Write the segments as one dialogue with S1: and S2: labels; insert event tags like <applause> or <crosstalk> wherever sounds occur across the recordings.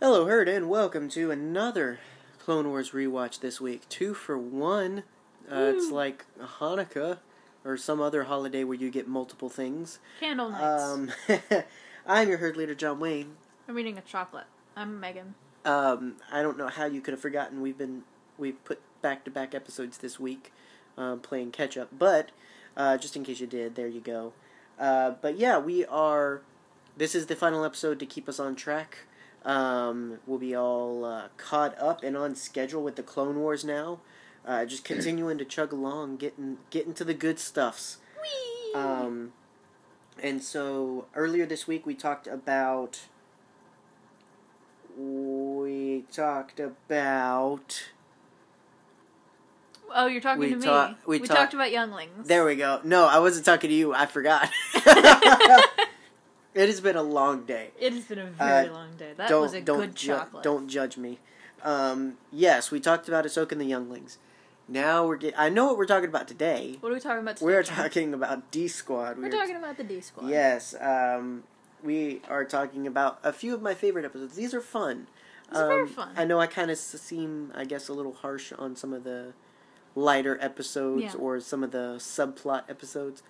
S1: Hello, Herd, and welcome to another Clone Wars rewatch this week. Two for one. Uh, it's like Hanukkah or some other holiday where you get multiple things.
S2: Candle nights.
S1: Um, <laughs> I'm your Herd leader, John Wayne.
S2: I'm eating a chocolate. I'm Megan.
S1: Um, I don't know how you could have forgotten we've been we've put back to back episodes this week, um, playing catch up. But uh, just in case you did, there you go. Uh, but yeah, we are. This is the final episode to keep us on track. Um, we'll be all uh, caught up and on schedule with the Clone Wars now. Uh, just continuing to chug along, getting getting to the good stuffs.
S2: Whee!
S1: Um, and so earlier this week we talked about we talked about
S2: oh, you're talking
S1: we
S2: to me.
S1: ta- we
S2: we
S1: ta-
S2: talked about younglings.
S1: there
S2: <laughs>
S1: we <laughs> go. No, I wasn't talking to you. I forgot. <laughs> it has been a long day.
S2: It has been a very
S1: Uh,
S2: long day. That
S1: don't
S2: was a
S1: don't
S2: good
S1: ju-
S2: chocolate.
S1: don't judge me. Um, yes, we talked about Ahsoka and the younglings. Now we're get- I know what we're talking about today.
S2: What are we talking about? Today?
S1: We're talking about D Squad.
S2: We're talking about the D squad.
S1: Yes, um, we are talking about a few of my favorite episodes. These are fun. Um,
S2: These are very fun.
S1: I know I kind of seem, I guess, a little harsh on some of the lighter episodes
S2: Yeah.
S1: or some of the subplot episodes.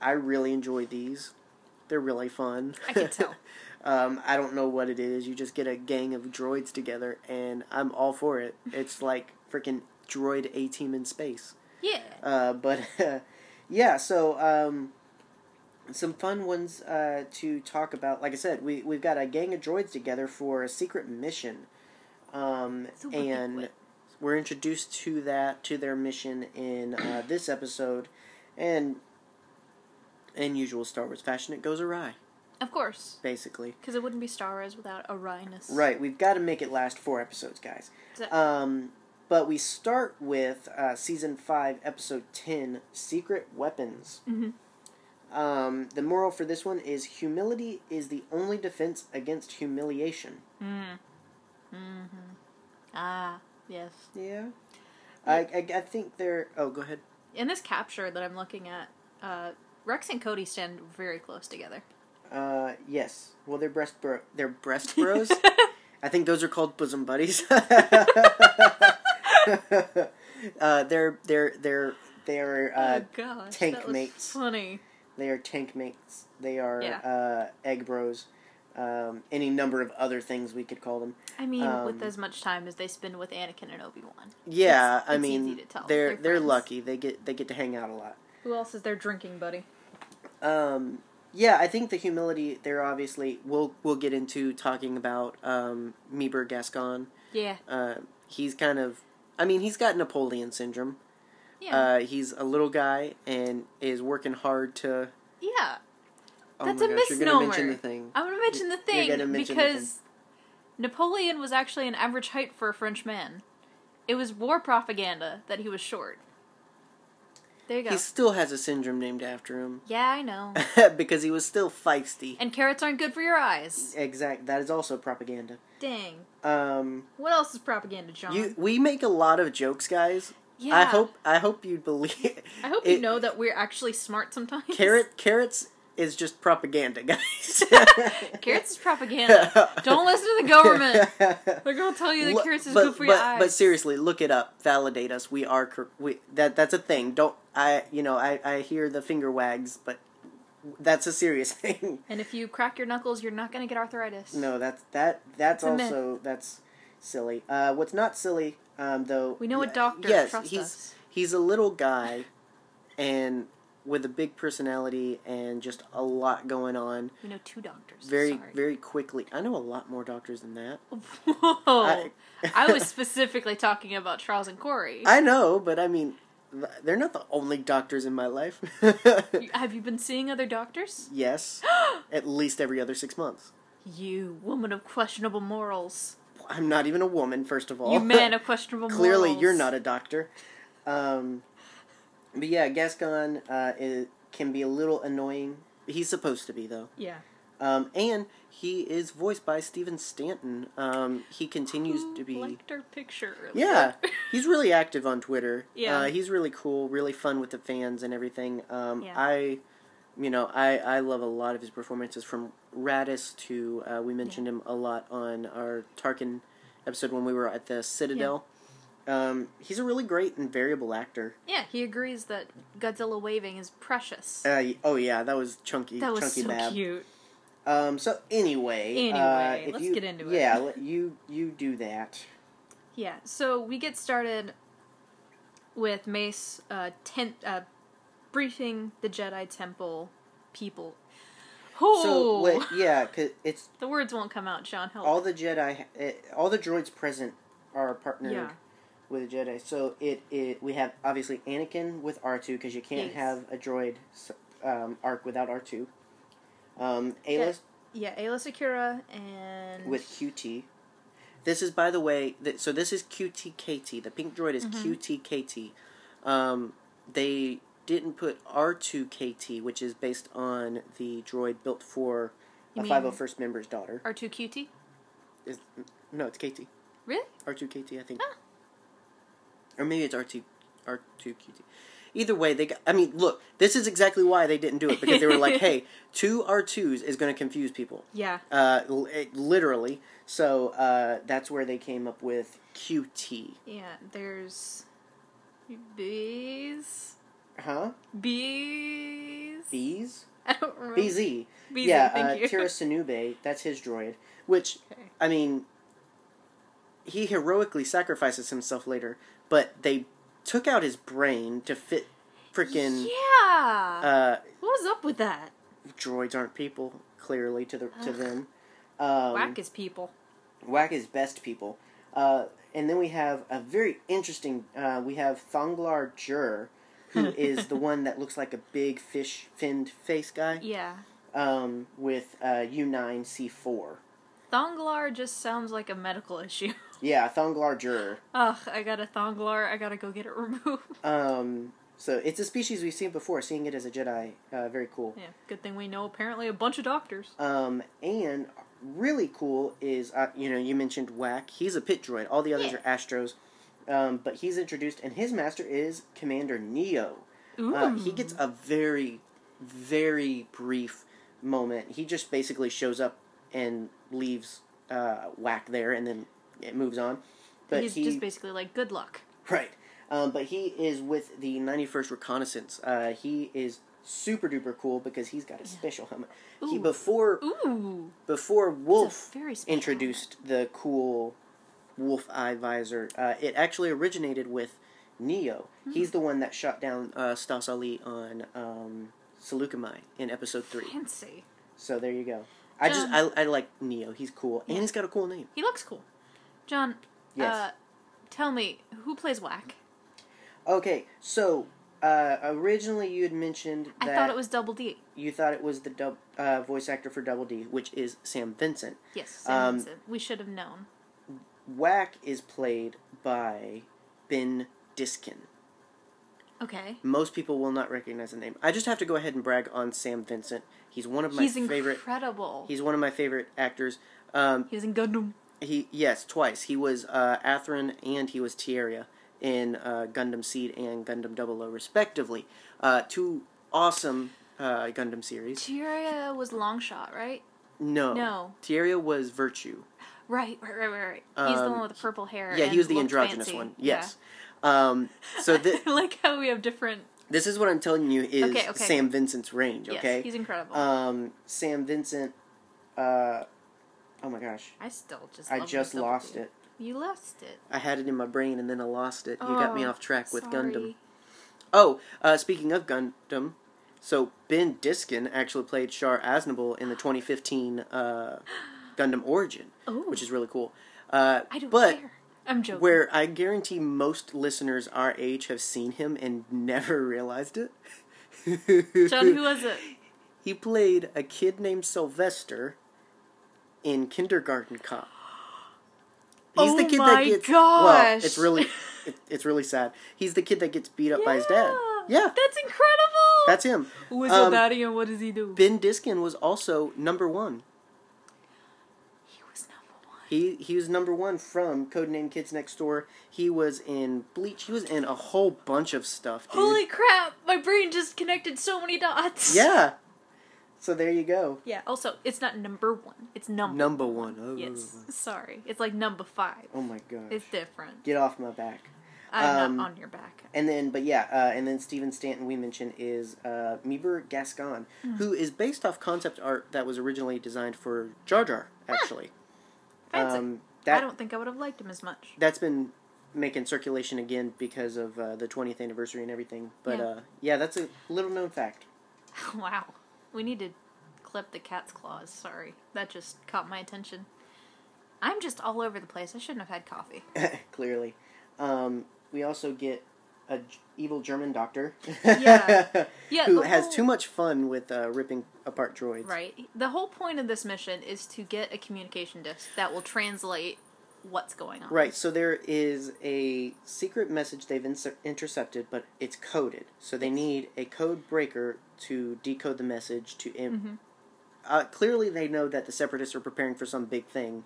S1: I really enjoy these. They're really fun.
S2: I can tell.
S1: <laughs> um, I don't know what it is. You just get a gang of droids together, and I'm all for it. It's like freaking droid A team in space.
S2: Yeah.
S1: Uh, but <laughs> uh, yeah, so um, some fun ones uh, to talk about. Like I said, we we've got a gang of droids together for a secret mission, um,
S2: It's a wicked
S1: and
S2: one.
S1: we're introduced to that to their mission in uh, this episode, and in usual Star Wars fashion, it goes awry
S2: Of course.
S1: basically.
S2: Because it wouldn't be Star Wars without Orionus.
S1: Right, we've got to make it last four episodes, guys.
S2: So-
S1: Um, but we start with uh, season five, episode ten, secret weapons.
S2: Mhm.
S1: Um, the moral for this one is humility is the only defense against humiliation.
S2: Mm. hmm Ah, yes.
S1: Yeah. I, I, I think they're. Oh, go ahead.
S2: In this capture that I'm looking at, uh, Rex and Cody stand very close together.
S1: Uh, yes. Well, they're breast bro. They're
S2: <laughs>
S1: breast bros. Uh, I think those are called bosom buddies. <laughs> uh, they're they're they're they're uh,
S2: oh gosh,
S1: tank
S2: that was
S1: mates.
S2: Funny.
S1: They are tank mates. They are
S2: Yeah.
S1: uh, egg bros. Um, any number of other things we could call them.
S2: I mean,
S1: Um,
S2: with as much time as they spend with Anakin and Obi Wan.
S1: Yeah,
S2: It's-
S1: I
S2: it's
S1: mean,
S2: easy to tell.
S1: they're they're,
S2: They're friends.
S1: lucky. They get they get to hang out a lot.
S2: Who else is their drinking buddy?
S1: Um, yeah, I think the humility there obviously we'll we'll get into talking about um, Meber Gascon.
S2: Yeah,
S1: Uh, he's kind of, I mean, he's got Napoleon syndrome.
S2: yeah,
S1: Uh, he's a little guy and is working hard to.
S2: yeah.
S1: Oh
S2: That's
S1: my
S2: a
S1: gosh, you're gonna mention
S2: misnomer.
S1: the thing.
S2: I'm gonna mention the
S1: You're
S2: thing
S1: gonna mention the
S2: because Napoleon was actually an average height for a French man. It was war propaganda that he was short. There you go.
S1: He still has a syndrome named after him
S2: Yeah, I
S1: <laughs>
S2: know.
S1: because he was still feisty.
S2: and carrots aren't good for your eyes.
S1: Exact. That is also propaganda.
S2: Dang.
S1: Um,
S2: What else is propaganda, John?
S1: you we make a lot of jokes, guys.
S2: Uh-huh. yeah.
S1: I hope I hope you believe.
S2: <laughs> I hope you
S1: it-
S2: know that we're actually smart sometimes.
S1: carrot carrots is just propaganda, <laughs> guys.
S2: <laughs> carrots
S1: <laughs>
S2: is propaganda. Don't listen to the government. They're gonna tell you that
S1: Look-
S2: carrots is
S1: but,
S2: good for
S1: but,
S2: your eyes.
S1: But seriously, look it up. Validate us. We are cor- we that that's a thing. Don't I you know I I hear the finger wags, but that's a serious <laughs> thing.
S2: And if you crack your knuckles, you're not going to get arthritis.
S1: No, that's that. That's
S2: It's a myth.
S1: also that's silly. Uh, what's not silly, um, though?
S2: We know a
S1: yeah,
S2: doctor,
S1: Yes,
S2: trust
S1: he's
S2: us.
S1: he's a little guy, and with a big personality and just a lot going on.
S2: We know two doctors.
S1: Very
S2: sorry.
S1: very quickly. I know a lot more doctors than that.
S2: <laughs> Whoa.
S1: I- <laughs>
S2: I, was specifically talking about Charles and Corey.
S1: I know, but I mean, th- they're not the only doctors in my life. <laughs>
S2: You- Have you been seeing other doctors?
S1: yes, at least every other six months.
S2: You woman of questionable morals.
S1: I'm not even a woman, first of all.
S2: You
S1: <laughs>
S2: man of questionable morals.
S1: clearly you're not a doctor. Um, but yeah, Gascon uh, is, can be a little annoying. He's supposed to be though,
S2: Yeah.
S1: um, and he is voiced by Steven Stanton. Um, he continues
S2: Who
S1: to be.
S2: Liked our picture. earlier?
S1: Yeah, he's really active on Twitter.
S2: Yeah.
S1: uh, he's really cool, really fun with the fans and everything. Um,
S2: Yeah.
S1: I you know, I, I love a lot of his performances from Radis to uh, we mentioned him a lot on our Tarkin episode when we were at the Citadel. Um, he's a really great and variable actor.
S2: <laughs> Yeah, he agrees that Godzilla waving is precious.
S1: Uh, oh yeah, that was chunky.
S2: that was
S1: chunky
S2: so
S1: Bab.
S2: cute.
S1: Um, so anyway,
S2: Anyway,
S1: uh, if
S2: let's
S1: you-
S2: get into it.
S1: Yeah, let you you do that.
S2: Yeah, so we get started with Mace uh, tent, uh, briefing the Jedi Temple people. Who?
S1: So what? Yeah, 'cause it's
S2: <laughs> the words won't come out, Sean. Help.
S1: all the Jedi, eh, all the droids present are partnered
S2: Yeah.
S1: with a Jedi. So it, it we have obviously Anakin with R two because you can't
S2: Yes.
S1: have a droid s- um, arc without R two. Um, Aayla
S2: yeah, Ayla Secura and
S1: with QT. This is by the way. Th- so this is QTKT. The pink droid
S2: Mm-hmm.
S1: is QTKT. Um, they didn't put R two KT, which is based on the droid built for
S2: You
S1: a
S2: mean-
S1: five hundred first member's daughter.
S2: R2 QT.
S1: Is no, it's KT.
S2: Really?
S1: R2KT, I think.
S2: Huh. Ah.
S1: Or maybe it's R2 R2QT. Either way, they got, I mean, look, this is exactly why they didn't do it because they were
S2: <laughs>
S1: like, "Hey, two R2s is going to confuse people."
S2: Yeah.
S1: Uh l- it- literally. So, uh that's where they came up with QT.
S2: Yeah, there's bees.
S1: Huh?
S2: Bees.
S1: Bees?
S2: <laughs> I don't remember.
S1: BZ.
S2: BZ,
S1: yeah,
S2: thank
S1: uh
S2: you.
S1: Tira Sinube, that's his droid, which
S2: <laughs> Okay.
S1: I mean, he heroically sacrifices himself later, but they took out his brain to fit freaking
S2: Yeah.
S1: uh,
S2: what was up with that?
S1: droids aren't people clearly to the to
S2: Ugh.
S1: them. Um,
S2: Whack is people.
S1: whack is best people. Uh, and then we have a very interesting. Uh, we have Thonglar Jur,
S2: <laughs>
S1: who is the one that looks like a big fish finned face guy
S2: Yeah.
S1: um, with uh, U nine C four.
S2: Thonglar just sounds like a medical issue. <laughs>
S1: Yeah, Thonglar Jur.
S2: Ugh, I got a Thonglar. I gotta go get it <laughs> removed.
S1: Um, so it's a species we've seen before. Seeing it as a Jedi, uh, very cool.
S2: Yeah, good thing we know apparently a bunch of doctors.
S1: Um, and really cool is uh, you know you mentioned Whack. He's a pit droid. All the others
S2: Yeah.
S1: are Astros, um, but he's introduced, and his master is Commander Neo.
S2: Ooh.
S1: Uh, he gets a very, very brief moment. He just basically shows up and leaves uh, Whack there, and then it moves on. But
S2: He's
S1: he,
S2: just basically like, good luck.
S1: Right. Um, but he is with the 91st Reconnaissance. Uh, he is super duper cool because he's got a special helmet. He
S2: Ooh.
S1: before
S2: Ooh.
S1: before Wolf
S2: very special
S1: introduced the cool Wolf Eye visor. Uh, it actually originated with Neo.
S2: Hmm.
S1: He's the one that shot down uh, Stas Ali on um, Seleucami in Episode Three.
S2: Fancy.
S1: So there you go. I just
S2: Um, Uh,
S1: I, I like Neo. He's cool and he's got a cool name.
S2: He looks cool. John,
S1: Yes.
S2: uh, tell me, who plays Whack?
S1: Okay, so uh, originally you had mentioned
S2: I
S1: that
S2: thought it was Double D.
S1: you thought it was the dub, uh, voice actor for Double D, which is Sam Vincent.
S2: Yes, Sam
S1: Um,
S2: Vincent. We should have known.
S1: Whack is played by Ben Diskin.
S2: Okay.
S1: Most people will not recognize the name. I just have to go ahead and brag on Sam Vincent. He's one of my
S2: He's
S1: favorite.
S2: incredible.
S1: He's one of my favorite actors. Um,
S2: He was in Gundam.
S1: he yes, twice. He was uh, Atherin and he was Tieria in uh, Gundam Seed and Gundam Double O, respectively. Uh, two awesome uh, Gundam series.
S2: Tyria was long shot, right?
S1: No,
S2: No.
S1: Tieria was Virtue.
S2: Right, right, right, right. right. He's the
S1: Um,
S2: one with the purple hair.
S1: Yeah,
S2: and
S1: he was the
S2: looked
S1: androgynous
S2: fancy.
S1: one.
S2: Yeah.
S1: Yes. Um, so thi- <laughs>
S2: I <laughs> like how we have different.
S1: this is what I'm telling you is
S2: Okay, okay.
S1: Sam Vincent's range.
S2: Yes,
S1: Okay.
S2: he's incredible.
S1: um, Sam Vincent. Uh, oh my gosh,
S2: I still just.
S1: I
S2: love
S1: just
S2: myself with
S1: lost
S2: you.
S1: it.
S2: You lost it.
S1: I had it in my brain and then I lost it. You got me
S2: Oh,
S1: off track with Gundam.
S2: sorry.
S1: Oh, uh, speaking of Gundam, so Ben Diskin actually played Shar Aznable in the 2015
S2: <gasps>
S1: uh, Gundam Origin,
S2: Ooh.
S1: which is really cool. Uh,
S2: Oh. I don't
S1: but
S2: care. I'm joking.
S1: where I guarantee most listeners our age have seen him and <laughs> never realized it.
S2: John,
S1: <laughs>
S2: who was it?
S1: He played a kid named Sylvester in Kindergarten Cop. He's the
S2: Oh
S1: kid
S2: my
S1: that gets well.
S2: gosh.
S1: It's
S2: <laughs>
S1: really, it, it's really sad. He's the kid that gets beat up by his dad.
S2: Yeah,
S1: Yeah,
S2: That's incredible.
S1: that's him.
S2: who is
S1: Um,
S2: your daddy and what does he do?
S1: Ben Diskin was also number one.
S2: he was number one.
S1: He he was number one from Codename Kids Next Door. He was in Bleach. He was in a whole bunch of stuff. Dude.
S2: Holy crap! My brain just connected so many dots.
S1: yeah, So there you go.
S2: Yeah. Also, it's not number one. It's number.
S1: Number one. Oh,
S2: Yes. Sorry. It's like number five.
S1: oh my gosh.
S2: It's different.
S1: Get off my back.
S2: I'm
S1: Um,
S2: not on your back.
S1: And then, but yeah, uh, and then Steven Stanton we mentioned is uh, Meber Gascon,
S2: Hmm.
S1: who is based off concept art that was originally designed for Jar Jar, actually.
S2: Fancy.
S1: Um,
S2: I
S1: that
S2: don't think I would have liked him as much.
S1: that's been making circulation again because of uh, the 20th anniversary and everything. But
S2: Yeah.
S1: yeah, uh, yeah that's a little known fact. <laughs>
S2: <laughs> wow. We need to clip the cat's claws. Sorry. That just caught my attention. I'm just all over the place. I shouldn't have
S1: <laughs>
S2: had coffee.
S1: clearly. Um, we also get a g- evil German doctor
S2: Yeah. Yeah,
S1: <laughs>
S2: oh.
S1: who
S2: the
S1: has
S2: whole-
S1: too much fun with uh, ripping apart droids.
S2: Right. The whole point of this mission is to get a communication disk that will translate what's going on.
S1: Right, so there is a secret message they've inser- intercepted, but it's coded. So they need a code breaker to decode the message to. Im- uh, clearly, they know that the separatists are preparing for some big thing,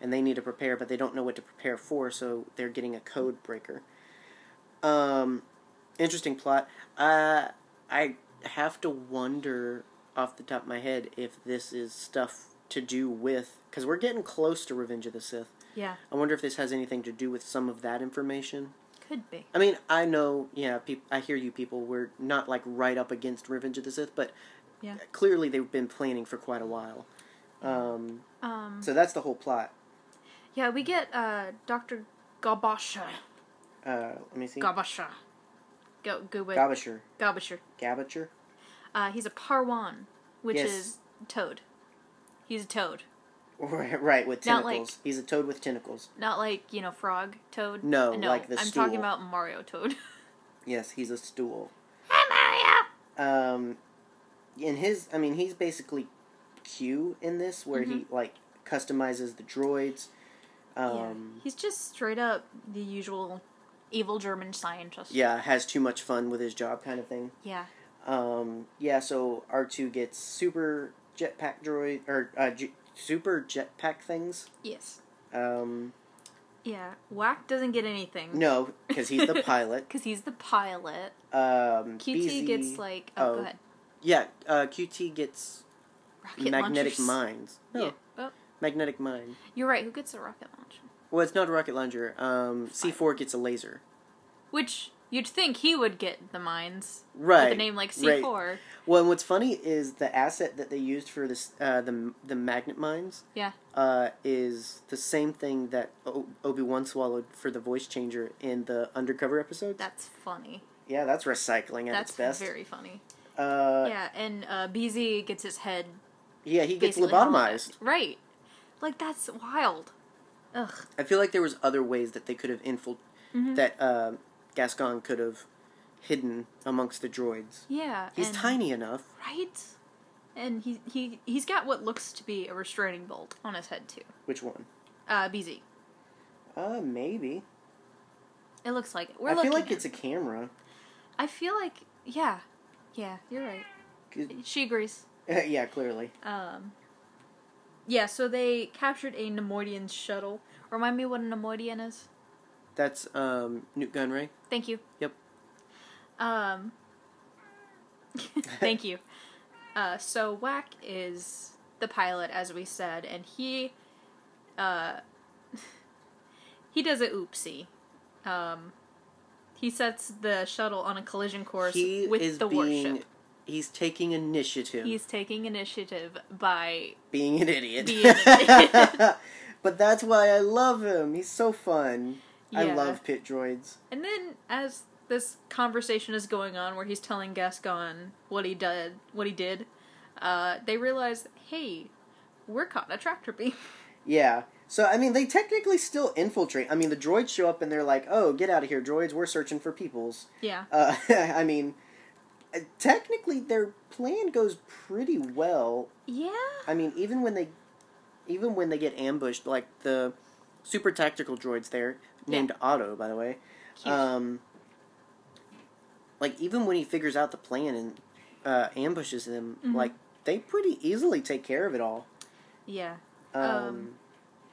S1: and they need to prepare, but they don't know what to prepare for, so they're getting a code breaker. Um, interesting plot. Uh, I have to wonder off the top of my head if this is stuff to do with because we're getting close to Revenge of the Sith.
S2: Yeah.
S1: I wonder if this has anything to do with some of that information.
S2: Could be.
S1: I mean, I know, yeah, peop- I hear you people. We're not like right up against Revenge of the Sith, but
S2: Yeah.
S1: clearly they've been planning for quite a while. Um,
S2: Um,
S1: so that's the whole plot.
S2: yeah, we get uh, Dr. Gabasha.
S1: Uh, let me see.
S2: Gabasha. Go, go with
S1: Gabasher.
S2: Gabasher.
S1: <laughs> Gabacher?
S2: Uh, he's a Parwan, which
S1: Yes.
S2: is toad. He's a toad,
S1: right, with
S2: Not like-
S1: tentacles. He's a toad with tentacles.
S2: not like you know frog toad. Uh,
S1: No, like the
S2: I'm
S1: stool.
S2: talking about Mario toad. <laughs>
S1: Yes, he's a stool.
S2: hey Mario!
S1: Um, in his, I mean, he's basically Q in this, where he, like, customizes the droids. Um,
S2: Mm-hmm. yeah, he's just straight up the usual evil German scientist.
S1: yeah, has too much fun with his job kind of thing.
S2: Yeah.
S1: Um, yeah, so R2 gets super jetpack droid, or uh, j- super jetpack things.
S2: Yes.
S1: Um,
S2: Yeah. Whack doesn't get anything.
S1: no, because he's
S2: <laughs>
S1: the pilot.
S2: Because he's the pilot.
S1: Um,
S2: QT
S1: BZ
S2: gets like oh,
S1: oh.
S2: go ahead.
S1: Yeah, uh, QT gets
S2: Rocket
S1: magnetic
S2: launchers.
S1: mines. No,
S2: Yeah. Oh,
S1: magnetic mine.
S2: you're right. Who gets a rocket launcher?
S1: Well, it's not a rocket launcher. Um, C4 gets a laser.
S2: Which you'd think he would get the mines.
S1: Right.
S2: With a name like
S1: right.
S2: C4.
S1: Well, and what's funny is the asset that they used for this, uh, the the magnet mines.
S2: Yeah.
S1: uh, is the same thing that o- Obi Wan swallowed for the voice changer in the undercover episode.
S2: That's funny.
S1: yeah, that's recycling at
S2: That's
S1: its best.
S2: very funny.
S1: uh, yeah.
S2: yeah, and uh, BZ gets his head
S1: he gets
S2: basically
S1: lobotomized.
S2: hollowed out. Right. Like that's wild. Ugh.
S1: I feel like there was other ways that they could have infiltrated
S2: Mm-hmm.
S1: that uh, Gascon could have hidden amongst the droids.
S2: Yeah.
S1: He's
S2: and-
S1: tiny enough.
S2: Right. And he he he's got what looks to be a restraining bolt on his head too.
S1: Which one?
S2: Uh, BZ.
S1: Uh, maybe.
S2: It looks like it. We're
S1: I
S2: looking
S1: feel like
S2: at
S1: it's a camera.
S2: I feel like yeah, yeah. You're right.
S1: 'Cause-
S2: She agrees.
S1: <laughs> yeah, clearly.
S2: Um, yeah, so they captured a Nemoidian shuttle. Remind me what a Nemoidian is.
S1: That's um, Newt Gunray.
S2: Thank you.
S1: Yep.
S2: Um, <laughs> thank you. Uh, so Whack is the pilot, as we said, and he, uh, <laughs> he does a oopsie. Um, he sets the shuttle on a collision course
S1: He
S2: with
S1: is
S2: the
S1: being.
S2: warship.
S1: He's taking initiative.
S2: He's taking initiative by
S1: being an idiot.
S2: Being an idiot.
S1: <laughs> but that's why I love him. He's so fun. I
S2: Yeah.
S1: love pit droids.
S2: And then as this conversation is going on where he's telling Gascon what he did what he did, uh, they realize, hey, we're caught in a tractor beam. <laughs>
S1: Yeah. So I mean, they technically still infiltrate. I mean, the droids show up and they're like, "Oh, get out of here, droids! We're searching for peoples."
S2: yeah.
S1: Uh, <laughs> I mean, uh, technically, their plan goes pretty well.
S2: Yeah.
S1: I mean, even when they, even when they get ambushed, like the super tactical droids there, named Otto, by the way.
S2: Cute.
S1: Um, like even when he figures out the plan and uh, ambushes them,
S2: Mm-hmm.
S1: like they pretty easily take care of it all.
S2: yeah.
S1: Um,
S2: Um.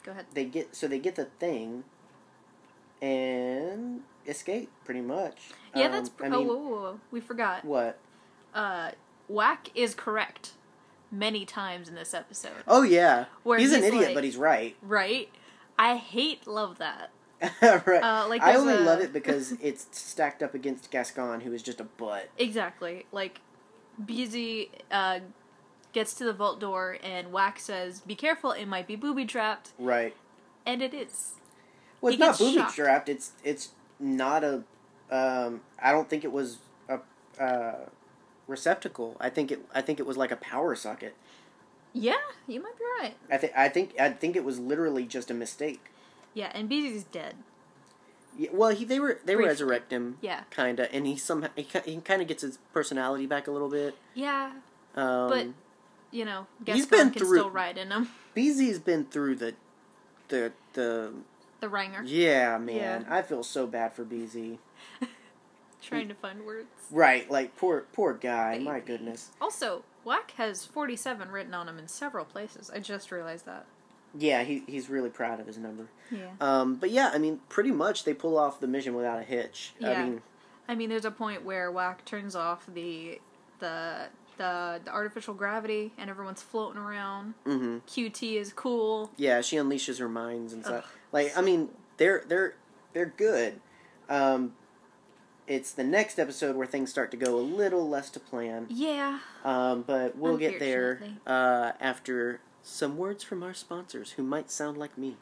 S2: Go ahead.
S1: they get so they get the thing and escape pretty much.
S2: Yeah,
S1: Um,
S2: that's pr-
S1: I mean,
S2: oh, whoa, whoa, whoa. we forgot.
S1: what?
S2: Uh, whack is correct. many times in this episode.
S1: Oh yeah,
S2: Where
S1: he's, an
S2: he's
S1: idiot,
S2: like-
S1: but he's right. <laughs>
S2: Right? I hate love that.
S1: right.
S2: Uh, like
S1: I
S2: there's
S1: only
S2: a-
S1: love it because it's stacked up against Gascon, who is just a butt.
S2: Exactly. Like Beezy uh gets to the vault door and Wack says, Be careful, it might be booby trapped
S1: Right.
S2: and it is.
S1: Well,
S2: He
S1: it's not
S2: gets
S1: booby
S2: shocked.
S1: trapped. It's it's not a. Um, I don't think it was a uh, receptacle. I think it. I think it was like a power socket.
S2: Yeah, you might be right.
S1: I think. I think. I think it was literally just a mistake.
S2: Yeah, and Beezy's dead.
S1: Yeah, well, he they were they
S2: Briefly.
S1: resurrect him.
S2: Yeah.
S1: Kinda, and he somehow he, ki- he kind of gets his personality back a little bit.
S2: Yeah,
S1: Um,
S2: but you know,
S1: He's
S2: Gascon
S1: been
S2: can
S1: through-
S2: still ride in him.
S1: BZ's been through the, the the
S2: The Ranger
S1: yeah man.
S2: Yeah.
S1: I feel so bad for BZ.
S2: trying to find words.
S1: Right, like poor poor guy. My
S2: Baby.
S1: goodness.
S2: Also, Wack has 47 written on him in several places. I just realized that.
S1: Yeah, he he's really proud of his number.
S2: Yeah.
S1: Um, but yeah, I mean, pretty much they pull off the mission without a hitch. I
S2: Yeah.
S1: mean,
S2: I mean, there's a point where Wack turns off the the the, the artificial gravity and everyone's floating around.
S1: hmm
S2: QT is cool.
S1: yeah, she unleashes her minds and stuff.
S2: Ugh,
S1: Like, I mean, they're they're they're good. Um, it's the next episode where things start to go a little less to plan.
S2: Yeah.
S1: Um, but we'll get there
S2: Unfortunately.
S1: uh, after some words from our sponsors, who might sound like me.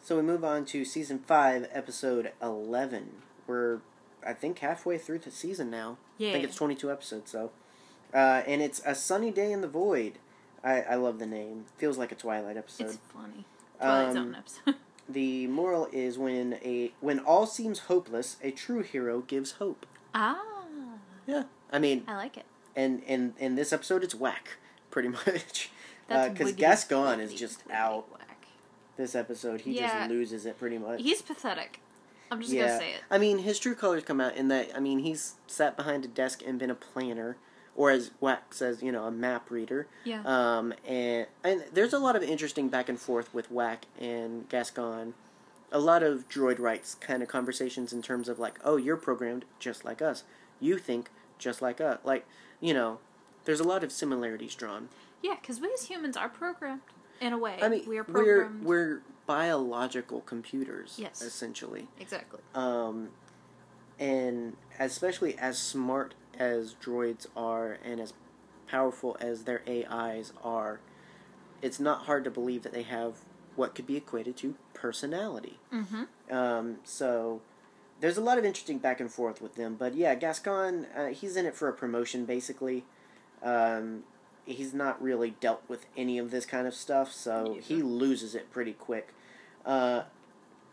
S1: So we move on to season five, episode eleven. We're I think halfway through the season now.
S2: Yeah.
S1: I think it's 22 episodes, so. Uh, and it's A Sunny Day in the Void. I, I love the name. Feels like a Twilight episode.
S2: It's funny. Twilight
S1: Um,
S2: Zone episode. <laughs>
S1: The moral is when a when all seems hopeless, a true hero gives hope.
S2: ah,
S1: Yeah. I mean,
S2: I like it.
S1: and and in this episode, it's whack, pretty <laughs> much.
S2: That's
S1: Because
S2: wiggly,
S1: uh, Gascon is
S2: wiggly,
S1: just
S2: wiggly
S1: out
S2: whack.
S1: this episode. He
S2: Yeah.
S1: just loses it pretty much.
S2: He's pathetic. I'm just gonna say it.
S1: I mean, his true colors come out in that. I mean, he's sat behind a desk and been a planner, or as Wack says, you know, a map reader.
S2: Yeah.
S1: Um, and and there's a lot of interesting back and forth with Wack and Gascon. A lot of droid rights kind of conversations in terms of like, oh, you're programmed just like us. You think just like us. Like, you know, there's a lot of similarities drawn.
S2: Yeah, because we as humans are programmed in a way.
S1: I mean,
S2: we are
S1: we're
S2: programmed.
S1: we're biological computers,
S2: Yes.
S1: essentially.
S2: exactly.
S1: um, and especially as smart as droids are and as powerful as their AIs are, it's not hard to believe that they have what could be equated to personality.
S2: Mm-hmm.
S1: Um, so there's a lot of interesting back and forth with them, but yeah, Gascon, uh, he's in it for a promotion basically. Um, he's not really dealt with any of this kind of stuff, so
S2: Yeah.
S1: he loses it pretty quick. Uh,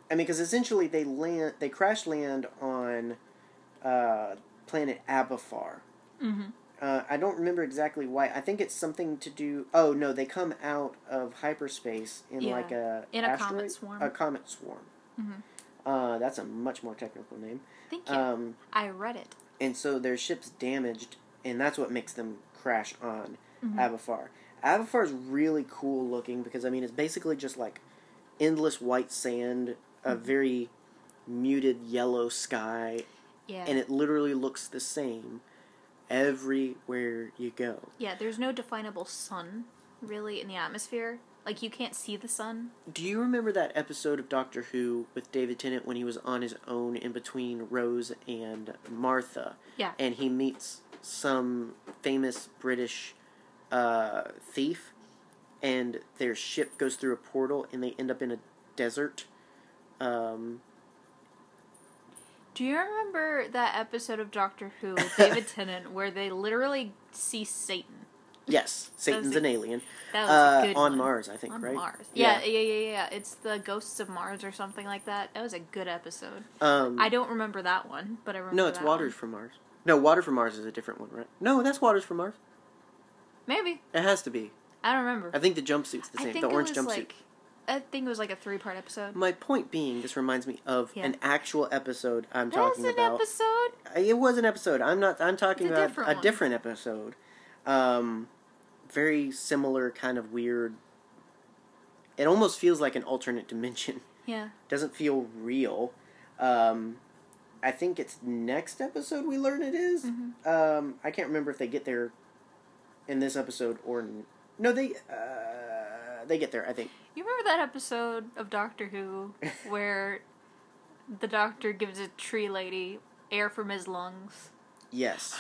S1: I mean, because essentially they land, they crash land on uh, planet Abafar.
S2: Mm-hmm.
S1: Uh, I don't remember exactly why. I think it's something to do. Oh no, they come out of hyperspace in
S2: Yeah,
S1: like a
S2: in a
S1: asteroid?
S2: comet swarm.
S1: A comet swarm.
S2: Mhm.
S1: Uh, that's a much more technical name.
S2: Thank you.
S1: Um,
S2: I read it.
S1: and so their ship's damaged, and that's what makes them crash on
S2: Mhm.
S1: Abafar. Abafar is really cool looking because I mean it's basically just like endless white sand, a
S2: Mm-hmm.
S1: very muted yellow sky,
S2: Yeah.
S1: and it literally looks the same everywhere you go.
S2: Yeah, there's no definable sun really in the atmosphere. Like you can't see the sun.
S1: Do you remember that episode of Doctor Who with David Tennant when he was on his own in between Rose and Martha?
S2: Yeah.
S1: And he meets some famous British uh, thief, and their ship goes through a portal, and they end up in a desert. Um,
S2: Do you remember that episode of Doctor Who with
S1: <laughs>
S2: David Tennant where they literally see Satan?
S1: yes, Satan's
S2: a-
S1: an alien.
S2: That was a
S1: Uh,
S2: good
S1: on
S2: one.
S1: Mars, I think,
S2: On
S1: right?
S2: Mars. Yeah, yeah, yeah, yeah, yeah. It's the Ghosts of Mars or something like that. That was a good episode.
S1: Um,
S2: I don't remember that one, but I remember
S1: no, it's
S2: that
S1: Waters from Mars. No, Water from Mars is a different one, right? No, that's Waters from Mars.
S2: one. Maybe.
S1: It has to be.
S2: I don't remember.
S1: I think the jumpsuit's the
S2: I
S1: same.
S2: think
S1: The orange
S2: it was
S1: jumpsuit.
S2: like I think it was like a three part episode.
S1: My point being, this reminds me of
S2: Yeah.
S1: an actual episode I'm
S2: That was
S1: talking
S2: an
S1: about.
S2: episode?
S1: It was an episode. I'm not. I'm talking
S2: It's a
S1: about
S2: different
S1: a
S2: one.
S1: different episode. Um, very similar, kind of weird. It almost feels like an alternate dimension. <laughs>
S2: Yeah.
S1: Doesn't feel real. Um, I think
S2: Mm-hmm.
S1: it's next episode we learn it is. Um, I can't remember if they get there in this episode or n- no they uh, they get there I think
S2: You remember that episode of Doctor
S1: <laughs>
S2: Who where the doctor gives a tree lady air from his lungs? <sighs>
S1: yes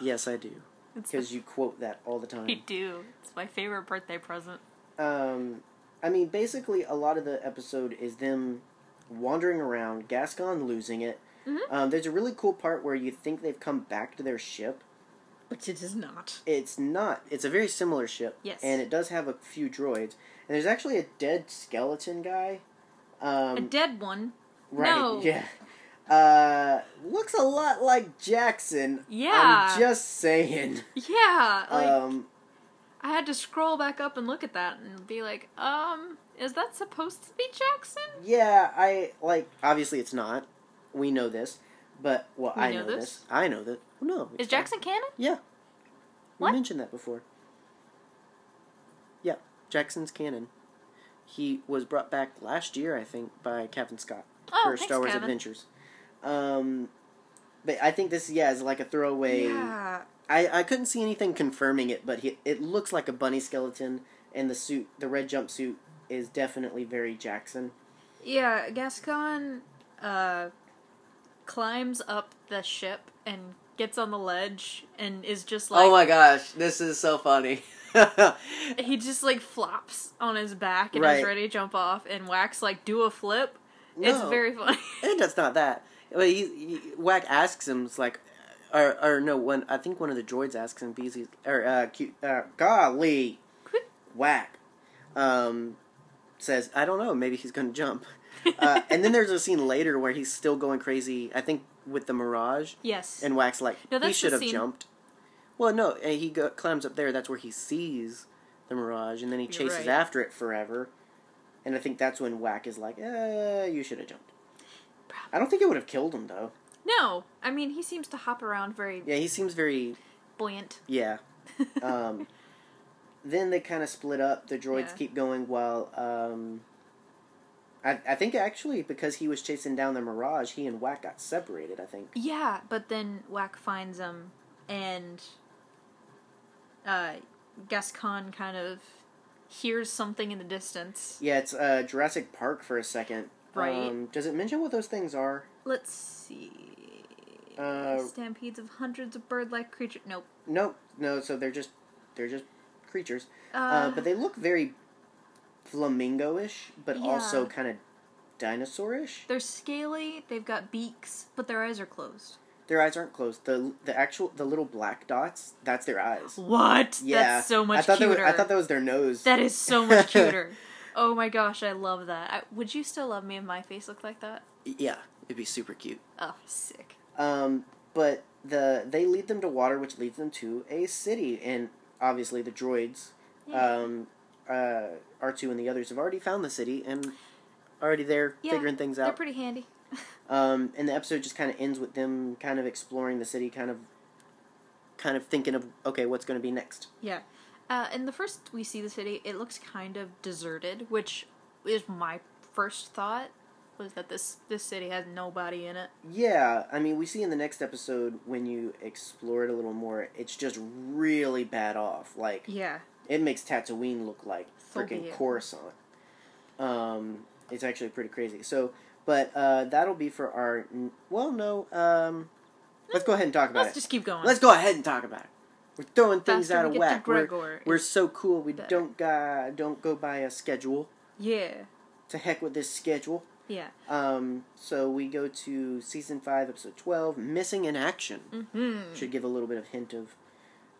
S1: yes I do
S2: It's
S1: because you quote that all the time
S2: <laughs> I do. It's my favorite birthday present.
S1: um, I mean, basically, a lot of the episode is them wandering around, Gascon losing it.
S2: Mm-hmm.
S1: Um, there's a really cool part where you think they've come back to their ship.
S2: Which it is not.
S1: It's not. It's a very similar ship.
S2: Yes.
S1: And it does have a few droids. And there's actually a dead skeleton guy. Um,
S2: a dead one.
S1: right.
S2: no.
S1: <laughs> Yeah. Uh, looks a lot like Jackson.
S2: Yeah.
S1: I'm just saying.
S2: Yeah. Like
S1: um,
S2: I had to scroll back up and look at that and be like, um, is that supposed to be Jackson?
S1: Yeah, I like. Obviously, it's not. We know this, but well,
S2: We
S1: I
S2: know
S1: know,
S2: this?
S1: this. I know that. No,
S2: Is
S1: it's
S2: Jackson canon?
S1: not. Yeah,
S2: What?
S1: we mentioned that before. Yeah, Jackson's canon. He was brought back last year, I think, by Kevin Scott
S2: Oh,
S1: for
S2: thanks,
S1: Star Wars
S2: Kevin.
S1: Adventures. Um, but I think this, yeah, is like a throwaway.
S2: Yeah.
S1: I, I couldn't see anything confirming it, but he, it looks like a bunny skeleton, and the suit, the red jumpsuit, is definitely very Jackson.
S2: Yeah, Gascon uh, climbs up the ship and gets on the ledge and is just like
S3: oh my gosh, this is so funny.
S1: <laughs>
S2: he just like flops on his back and is
S1: Right.
S2: ready to jump off and Wax like do a flip. It's
S1: No. <laughs>
S2: very funny. <laughs>
S1: And that's not that. But he, he Whack asks him, it's like, or or no, one I think one of the droids asks him, because he's or uh, Q, uh golly, Whack, um, says I don't know, maybe he's gonna jump. Uh, and then there's a scene later where he's still going crazy. I think with the mirage,
S2: yes.
S1: and Wax like
S2: No, that's
S1: he
S2: the
S1: should have
S2: scene-
S1: jumped. Well, no, and he go, climbs up there. That's where he sees the mirage, and then he chases
S2: right.
S1: after it forever. And I think that's when Whack is like, "Uh, you should have jumped." I don't think it would have killed him though.
S2: no, I mean he seems to hop around very
S1: Yeah, he seems very
S2: buoyant.
S1: yeah. Um, then they kind of split up. The droids
S2: Yeah.
S1: keep going while um, I I think actually because he was chasing down the Mirage, he and Whack got separated. I think
S2: <laughs> yeah, but then Whack finds him and uh, Gascon kind of hears something in the distance.
S1: yeah, it's uh, Jurassic Park for a second.
S2: Right.
S1: Um, does it mention what those things are?
S2: Let's see.
S1: Uh,
S2: Stampedes of hundreds of bird-like creatures. Nope.
S1: Nope, no. So they're just they're just creatures,
S2: Uh,
S1: uh, but they look very flamingo-ish, but
S2: Yeah.
S1: also kind of dinosaur-ish.
S2: they're scaly. They've got beaks, but their eyes are closed.
S1: Their eyes aren't closed. the The actual the little black dots that's their eyes.
S2: What?
S1: Yeah,
S2: That's so much
S1: I thought that
S2: cuter.
S1: was- I thought that was their nose.
S2: that is
S1: <laughs>
S2: so much cuter. Oh my gosh, I love that. I, would you still love me if my face looked like that?
S1: yeah, it'd be super cute.
S2: Oh, sick.
S1: Um, but the they lead them to water, which leads them to a city, and obviously the droids,
S2: Yeah.
S1: um, uh, R two and the others have already found the city and already there
S2: Yeah,
S1: figuring things
S2: They're
S1: out.
S2: pretty handy.
S1: Um, and the episode just kind of ends with them kind of exploring the city, kind of, kind of thinking of okay, what's going to be next.
S2: Yeah. Uh, and the first we see the city, it looks kind of deserted, which is my first thought was that this this city has nobody in it.
S1: Yeah, I mean, we see in the next episode when you explore it a little more, it's just really bad off. Like
S2: Yeah.
S1: it makes Tatooine look like
S2: So be
S1: freaking
S2: it.
S1: Coruscant. Um, it's actually pretty crazy. So, but uh, that'll be for our. n- Well, no. Um, let's go ahead and talk about
S2: Let's
S1: it.
S2: just keep going.
S1: Let's go ahead and talk about it. We're throwing things
S2: Faster
S1: out
S2: we
S1: of
S2: get to
S1: whack.
S2: Gregor
S1: We're, we're
S2: is
S1: so cool. We
S2: better.
S1: don't uh, don't go by a schedule.
S2: yeah.
S1: To heck with this schedule.
S2: Yeah.
S1: Um, so we go to season five, episode twelve, missing in action.
S2: Mm-hmm.
S1: Should give a little bit of hint of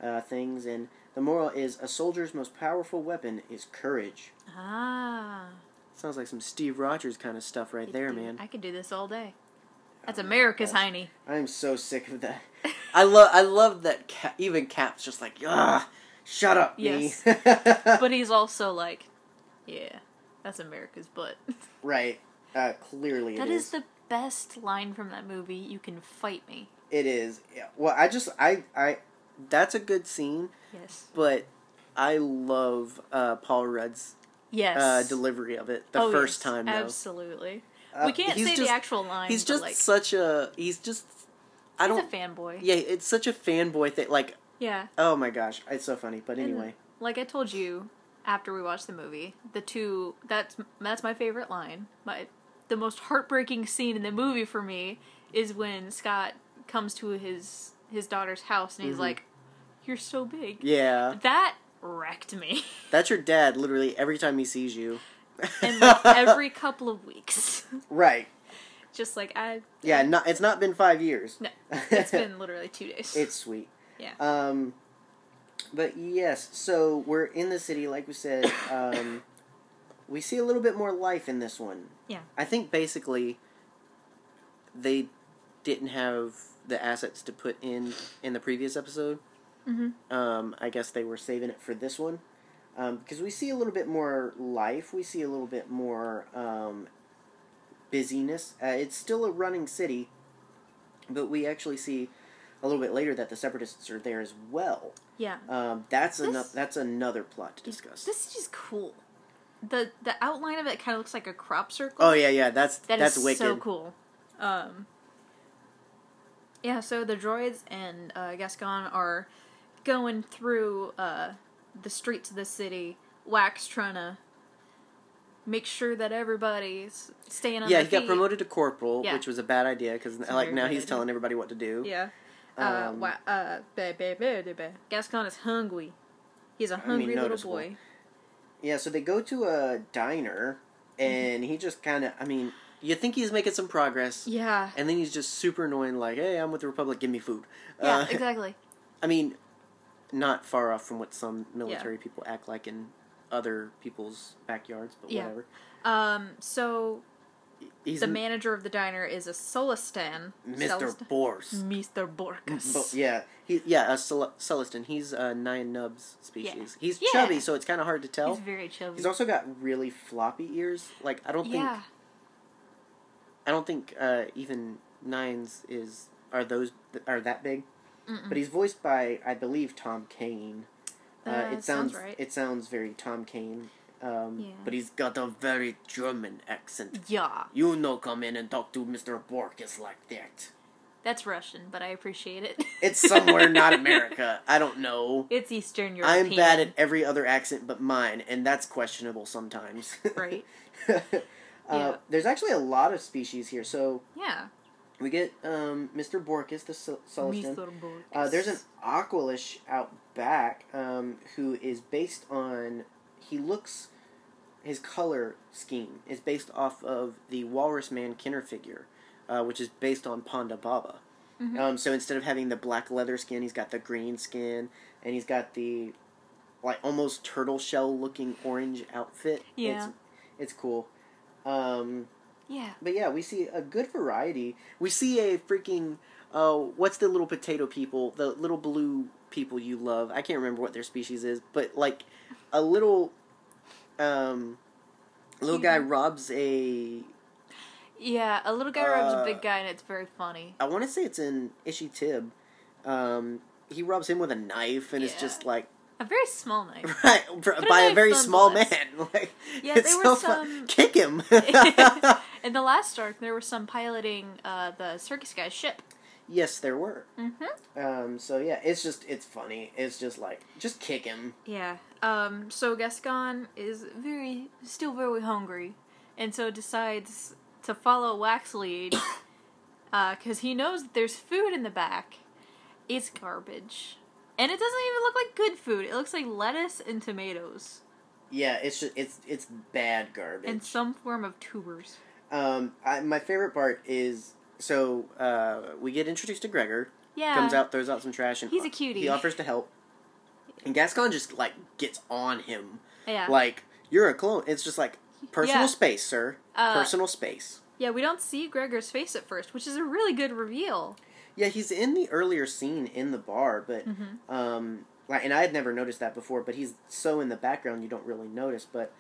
S1: uh, things. And the moral is a soldier's most powerful weapon is courage.
S2: Ah.
S1: Sounds like some Steve Rogers kind of stuff right there,
S2: Dude,
S1: man.
S2: I could do this all day. That's America's
S1: gosh.
S2: Heine.
S1: I am so sick of
S2: <laughs>
S1: that. I love I love that Cap, even Cap's just like, ah, shut up,
S2: Yes.
S1: me. <laughs>
S2: But he's also like, yeah, that's America's
S1: <laughs>
S2: butt.
S1: right. Uh, clearly
S2: that
S1: it
S2: is.
S1: is.
S2: the best line from that movie. You can fight me.
S1: It is. Yeah. Well, I just I I that's a good scene,
S2: Yes.
S1: but I love uh, Paul Rudd's
S2: Yes.
S1: uh, delivery of it the
S2: Oh,
S1: first
S2: yes,
S1: time though.
S2: Absolutely.
S1: Uh,
S2: we can't
S1: he's
S2: say
S1: just-
S2: the actual line.
S1: He's
S2: but,
S1: just
S2: like,
S1: such a he's just I
S2: he's
S1: don't
S2: a fanboy.
S1: yeah, it's such a fanboy thing. Like
S2: Yeah.
S1: Oh my gosh, it's so funny. But anyway,
S2: Like I told you after we watched the movie, the two that's that's my favorite line. My the most heartbreaking scene in the movie for me is when Scott comes to his his daughter's house and he's like, "You're so big."
S1: Mm-hmm.
S2: <laughs>
S1: yeah,
S2: That
S1: <laughs>
S2: wrecked me.
S1: that's your dad. Literally every time he sees you,
S2: and like every couple of weeks,
S1: <laughs>
S2: <laughs>
S1: right?
S2: just like I
S1: Yeah, not it's not been five years.
S2: no,
S1: <laughs>
S2: it's been literally two days.
S1: it's sweet.
S2: yeah.
S1: Um, but yes, so we're in the city, like we said. <coughs> Um, we see a little bit more life in this one.
S2: Yeah.
S1: I think basically they didn't have the assets to put in in the previous episode. Mm-hmm. Um, I guess they were saving it for this one because we see a little bit more life. We see a little bit more um, busyness. Uh, it's still a running city, but we actually see a little bit later that the separatists are there as well.
S2: yeah.
S1: Um, that's
S2: This-
S1: another that's another plot to discuss.
S2: This is just cool. The the outline of it kind of looks like a crop circle.
S1: oh yeah, yeah, that's
S2: That is
S1: that's wicked.
S2: so cool. Um, yeah, so the droids and uh, Gascon are going through uh, the streets of the city. Wax trying to make sure that everybody's staying on.
S1: Yeah,
S2: their
S1: he got
S2: feet.
S1: promoted to corporal,
S2: Yeah.
S1: which was a bad idea because
S2: a
S1: like
S2: very
S1: now
S2: bad
S1: he's
S2: idea.
S1: telling everybody what to do.
S2: Yeah. Uh,
S1: Um,
S2: wa- uh, bah, bah, bah, bah, bah. Gascon is hungry. He's a hungry little
S1: noticeable.
S2: boy.
S1: Yeah, so they go to a diner,
S2: Mm-hmm.
S1: and he just kind of, I mean, you think he's making some progress,
S2: Yeah.
S1: and then he's just super annoying, like, hey, I'm with the Republic, give me food.
S2: Yeah,
S1: <laughs> Uh,
S2: exactly.
S1: I mean, not far off from what some military people act like in other people's backyards, but
S2: Yeah.
S1: whatever.
S2: Um, so
S1: He's
S2: the
S1: m-
S2: manager of the diner is a Solistan.
S1: Mr.
S2: Celestan-
S1: Bors.
S2: Mr. Borkus.
S1: Bo- yeah, he, yeah, a Cel- Celestin. He's a nine nubs species. He's
S2: Yeah.
S1: chubby, so it's kind of hard to tell.
S2: He's very chubby.
S1: He's also got really floppy ears. Like I don't
S2: yeah.
S1: think I don't think uh, even nines is are those th- are that big. But he's voiced by I believe Tom Kane. Uh,
S2: Uh,
S1: it
S2: sounds
S1: sounds,
S2: right.
S1: it sounds very Tom Kane. Um,
S2: Yeah.
S1: But he's got a very German accent.
S2: yeah.
S1: You know, come in and talk to Mister Bork is like that.
S2: That's Russian, but I appreciate it.
S1: <laughs> It's somewhere
S2: <laughs>
S1: not America. I don't know.
S2: it's Eastern European.
S1: I'm bad at every other accent but mine, and that's questionable sometimes. <laughs>
S2: Right.
S1: uh,
S2: Yeah.
S1: There's actually a lot of species here. So
S2: Yeah.
S1: we get um, Mr. Borkus, the Sol- Celestin.
S2: Mr. Borkus.
S1: Uh, there's an Aqualish out back um, who is based on. He looks. His color scheme is based off of the Walrus Man Kenner figure, uh, which is based on Panda Baba. Um, so instead of having the black leather skin, he's got the green skin, and he's got the like almost turtle shell looking orange outfit.
S2: Yeah.
S1: it's, it's cool. Um,
S2: Yeah.
S1: but yeah, we see a good variety. We see a freaking uh, what's the little potato people, the little blue people you love. I can't remember what their species is, but like a little um little guy robs a
S2: Yeah, a little guy robs
S1: Uh,
S2: a big guy and it's very funny.
S1: I want to say it's in Ishi Tib. Um he robs him with a knife and it's
S2: Yeah.
S1: just like <laughs>
S2: A very small knife. <laughs>
S1: right, by a
S2: knife
S1: very
S2: on
S1: small
S2: blast.
S1: man. <laughs> Like
S2: Yeah,
S1: it's
S2: there
S1: so
S2: were
S1: fun.
S2: some-
S1: kick him.
S2: <laughs>
S1: <laughs>
S2: In the last arc, there were some piloting uh, the circus guy's ship.
S1: yes, there were.
S2: Mm-hmm.
S1: Um so yeah, it's just it's funny. It's just like just kick him.
S2: Yeah. Um, so Gascon is very, still very hungry, and so decides to follow Wax <coughs> lead, because he knows that there's food in the back. It's garbage, and it doesn't even look like good food. It looks like lettuce and tomatoes
S1: Yeah, it's just, it's it's bad
S2: and
S1: garbage.
S2: some form of tubers.
S1: um, I, my favorite part is so uh, we get introduced to Gregor.
S2: Yeah.
S1: Comes out, throws out some trash, and
S2: He's a cutie.
S1: He offers to help, and Gascon just like gets on him,
S2: Yeah.
S1: like you're a clone. It's just like personal
S2: Yeah.
S1: space, sir.
S2: Uh,
S1: personal space.
S2: yeah. We don't see Gregor's face at first, which is a really good reveal.
S1: Yeah, he's in the earlier scene in the bar, but um, like, and I had never noticed that before. But he's so in the background, you don't really notice. But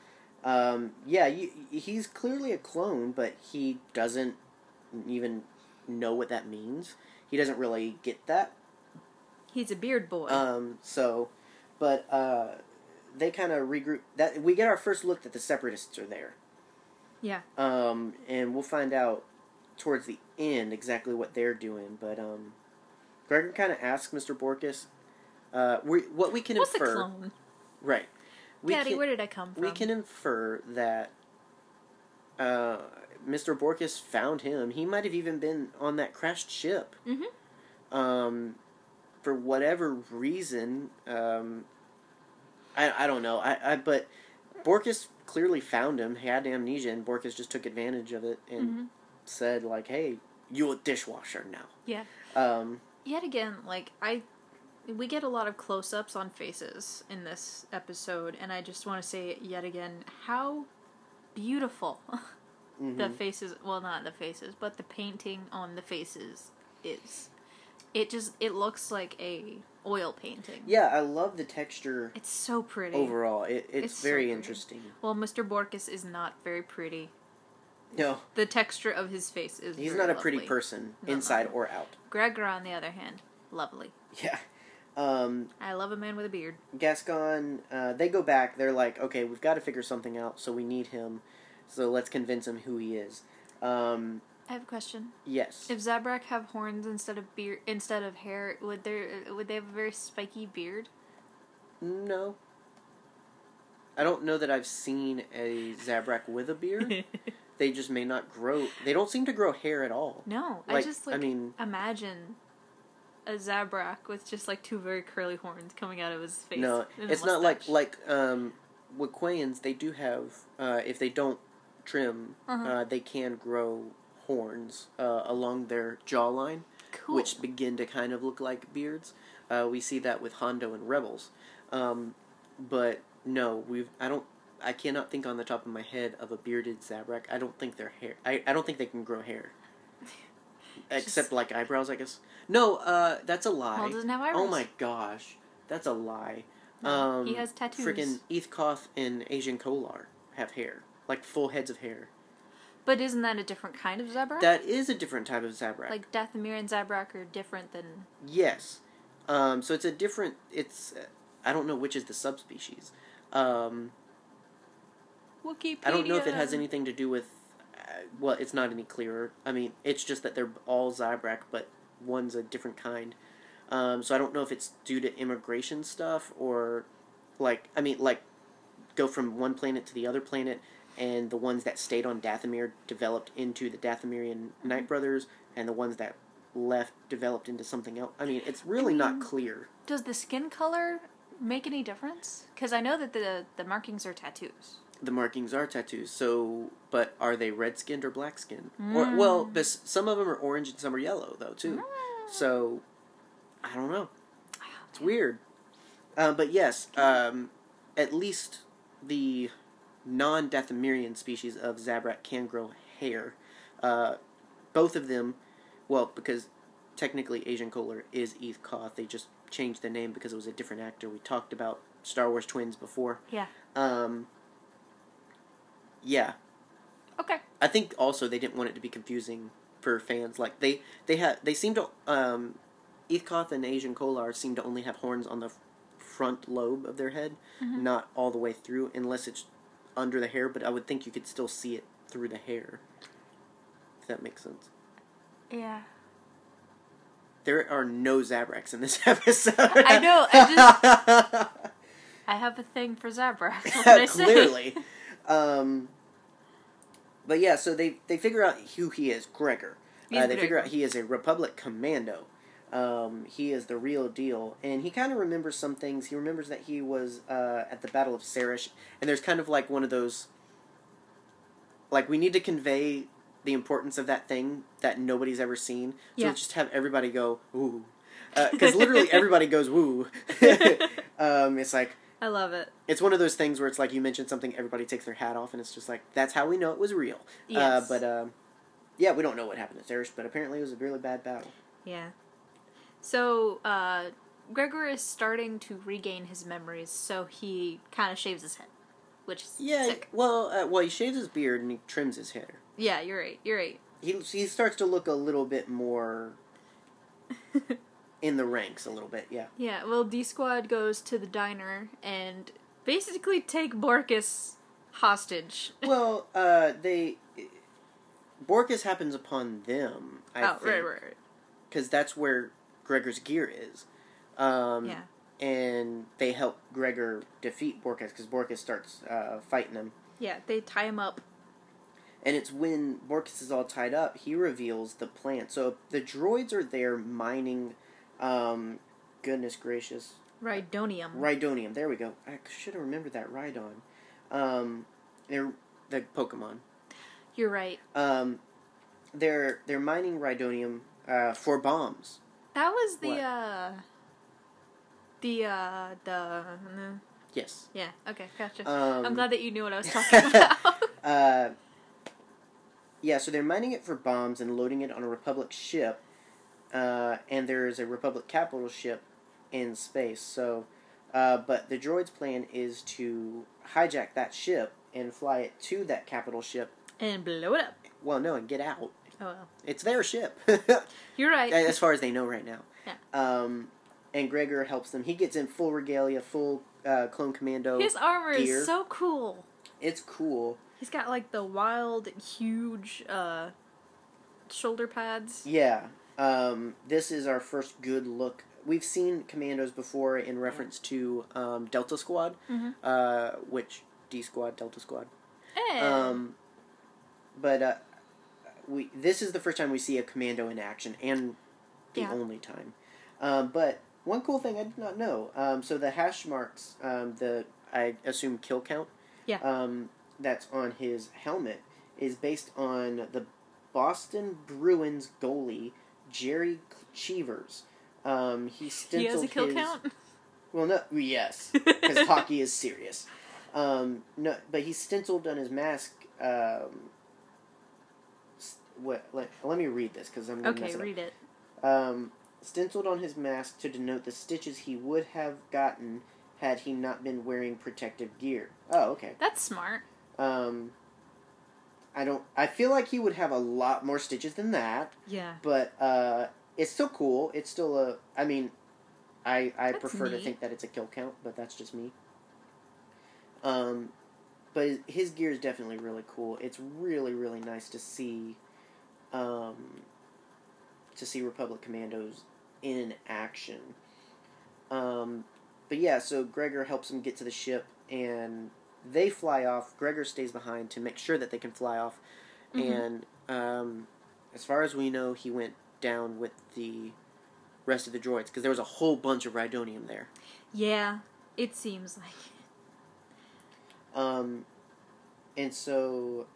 S1: um, yeah, you, he's clearly a clone, but he doesn't even know what that means. He doesn't really get that.
S2: He's a beard boy.
S1: Um, so, but uh, they kind of regroup. That we get our first look that the separatists are there.
S2: yeah.
S1: Um, and we'll find out towards the end exactly what they're doing. But um, Gregor kind of asks Mr. Borkus, Uh, we what we can
S2: What's a
S1: infer,
S2: clone?
S1: right? We
S2: Daddy,
S1: can,
S2: where did I come from?
S1: we can infer that uh, Mr. Borkus found him. He might have even been on that crashed ship.
S2: Mhm.
S1: Um, for whatever reason, um, I I don't know. I, I but Borkus clearly found him. He had amnesia, and Borkus just took advantage of it and
S2: Mhm.
S1: said like, "Hey, you a dishwasher now."
S2: Yeah.
S1: Um,
S2: Yet again, like I, we get a lot of close-ups on faces in this episode, and I just want to say yet again how beautiful <laughs>
S1: mm-hmm.
S2: the faces. Well, not the faces, but the painting on the faces is. It just it looks like a oil painting.
S1: yeah, I love the texture
S2: It's so pretty.
S1: overall. It, it's,
S2: It's so
S1: very
S2: pretty.
S1: interesting.
S2: Well, Mr. Borkus is not very pretty.
S1: No,
S2: The texture of his face is.
S1: he's
S2: very
S1: not a pretty
S2: lovely.
S1: person
S2: No,
S1: inside
S2: no.
S1: or out. <laughs>
S2: Gregor, on the other hand, lovely.
S1: Yeah. Um,
S2: I love a man with a beard.
S1: Gascon, uh, they go back. They're like, okay, we've got to figure something out, so we need him. So let's convince him who he is. Um,
S2: I have a question.
S1: yes.
S2: If Zabrak have horns instead of beard instead of hair, would there would they have a very spiky <laughs> beard?
S1: no. I don't know that I've seen a Zabrak with a
S2: <laughs>
S1: beard. they just may not grow. They don't seem to grow hair at all.
S2: no, I
S1: Like,
S2: just
S1: I
S2: like
S1: mean-
S2: imagine a Zabrak with just like two very curly horns coming out of his face.
S1: No,
S2: and a
S1: it's not like
S2: mustache.
S1: like um, Waquayans. They do have uh, if they don't trim, uh
S2: Uh-huh.
S1: they can grow horns uh, along their jawline,
S2: cool.
S1: which begin to kind of look like beards. Uh, we see that with Hondo and Rebels, um, but no, we've I don't. I cannot think on the top of my head of a bearded Zabrak. I don't think their hair. I, I don't think they can grow
S2: <laughs>
S1: hair, except like eyebrows, I guess. No, uh, that's a lie.
S2: Paul doesn't have eyebrows.
S1: Oh my gosh, that's a lie.
S2: No,
S1: um,
S2: he has tattoos.
S1: Freaking Eth Koth and Asian Kolar have hair, like full heads of hair.
S2: But isn't that a different kind of Zabrak?
S1: That is a different type of Zabrak.
S2: like Dathomir and Zabrak are different than
S1: yes, um, so it's a different. It's uh, I don't know which is the subspecies. Um,
S2: Wikipedia.
S1: I don't know if it has anything to do with. Uh, well, it's not any clearer. I mean, it's just that they're all Zabrak, but one's a different kind. Um, so I don't know if it's due to immigration stuff or, like, I mean, like, go from one planet to the other planet, and the ones that stayed on Dathomir developed into the Dathomirian Night Brothers, and the ones that left developed into something else. I mean, it's really not clear.
S2: Does the skin color make any difference? Because I know that the the markings are tattoos.
S1: the markings are tattoos. So, but are they red skinned or black skinned? Or well, this, some of them are orange and some are yellow though too.
S2: Hmm.
S1: So, I don't know. It's weird. Uh, but yes, um, at least the non-Dathomirian species of Zabrak can grow hair. Uh, both of them, well, because technically Asian Kohler is Eth Koth. They just changed the name because it was a different actor. We talked about Star Wars twins before.
S2: Yeah.
S1: Um, yeah,
S2: Okay.
S1: I think also they didn't want it to be confusing for fans. Like they they had they seem to um, Ethkoth and Asian Kolar seem to only have horns on the f- front lobe of their head,
S2: Mm-hmm.
S1: not all the way through, unless it's under the hair. But I would think you could still see it through the hair. If that makes sense.
S2: Yeah.
S1: There are no Zabraks in this <laughs> episode.
S2: I know. I
S1: <laughs>
S2: just
S1: know.
S2: I have a thing for <laughs>
S1: <laughs>
S2: Zabrak. What did I say?
S1: clearly. Um, but yeah, so they they figure out who he is, Gregor.
S2: He's
S1: Uh, they figure out
S2: Gregor.
S1: he is a Republic commando. Um, he is the real deal, and he kind of remembers some things. He remembers that he was uh, at the Battle of Sarish, and there's kind of like one of those, like we need to convey the importance of that thing that nobody's ever seen. So
S2: Yeah.
S1: just have everybody go ooh, because
S2: <laughs>
S1: literally everybody goes woo. <laughs> um, it's like
S2: I love it.
S1: it's one of those things where it's like you mentioned something, everybody takes their hat off, and it's just like that's how we know it was real. Uh,
S2: Yes.
S1: but um, yeah, we don't know what happened to Zeresh, but apparently it was a really bad battle.
S2: Yeah. So uh, Gregor is starting to regain his memories, so he kind of shaves his head, which is
S1: Yeah,
S2: sick.
S1: well, uh, well, he shaves his beard and he trims his hair.
S2: Yeah, you're right. You're right.
S1: He he starts to look a little bit
S2: <laughs>
S1: more in the ranks, a little bit. Yeah,
S2: Yeah, well, D Squad goes to the diner and basically take Borkus hostage.
S1: well, uh, they Borkus happens upon them. I
S2: oh,
S1: think,
S2: right, right, right.
S1: Because that's where Gregor's gear is. Um,
S2: yeah.
S1: and they help Gregor defeat Borkus because Borkus starts uh, fighting him.
S2: Yeah, they tie him up.
S1: And it's when Borkus is all tied up, he reveals the plant. So the droids are there mining, um, goodness gracious,
S2: Rhydonium.
S1: Rhydonium. There we go. I should have remembered that Rhydon. Um, they're the Pokemon.
S2: You're right.
S1: Um, they're they're mining Rhydonium uh, for bombs.
S2: That was the
S1: What?
S2: uh the uh the
S1: Yes.
S2: yeah, okay, gotcha.
S1: Um,
S2: I'm glad that you knew what I was talking
S1: <laughs>
S2: about.
S1: Uh, yeah, so they're mining it for bombs and loading it on a Republic ship, uh, and there's a Republic capital ship in space. So, uh, but the droid's plan is to hijack that ship and fly it to that capital ship.
S2: and blow it up.
S1: Well, no, and get out.
S2: Oh well.
S1: It's their ship, <laughs>
S2: You're right.
S1: as far as they know right now.
S2: Yeah.
S1: Um, and Gregor helps them. He gets in full regalia, full uh, clone commando.
S2: His armor
S1: dear.
S2: is so cool.
S1: it's cool.
S2: He's got like the wild, huge uh shoulder pads.
S1: Yeah. Um, this is our first good look. We've seen commandos before in reference to um, Delta Squad,
S2: Mhm.
S1: uh, which D Squad, Delta Squad.
S2: Hey.
S1: Um, but uh, we this is the first time we see a commando in action, and the
S2: Yeah.
S1: only time. Um, but one cool thing I did not know. Um, so the hash marks, um, the I assume kill count.
S2: Yeah.
S1: Um, that's on his helmet is based on the Boston Bruins goalie Jerry Cheevers. Um, he
S2: he
S1: stenciled
S2: has a kill
S1: his,
S2: count.
S1: Well, no, yes because
S2: <laughs>
S1: hockey is serious. Um, no, but he stenciled on his mask. Um, s- what? Let, let me read this because I'm gonna mess
S2: okay,
S1: it
S2: read it.
S1: up. Um, stenciled on his mask to denote the stitches he would have gotten had he not been wearing protective gear. Oh, okay.
S2: That's smart.
S1: Um, I don't. I feel like he would have a lot more stitches than that,
S2: Yeah.
S1: but uh, it's still cool. It's still a. I mean, I I
S2: That's
S1: prefer to
S2: neat.
S1: think that it's a kill count, but that's just me. Um, but his, his gear is definitely really cool. It's really really nice to see, um, to see Republic Commandos in action. Um, but yeah, so Gregor helps him get to the ship, and they fly off. Gregor stays behind to make sure that they can fly off,
S2: Mhm.
S1: and um, as far as we know, he went down with the rest of the droids because there was a whole bunch of Rhydonium there.
S2: Yeah. It seems like it.
S1: Um, and so,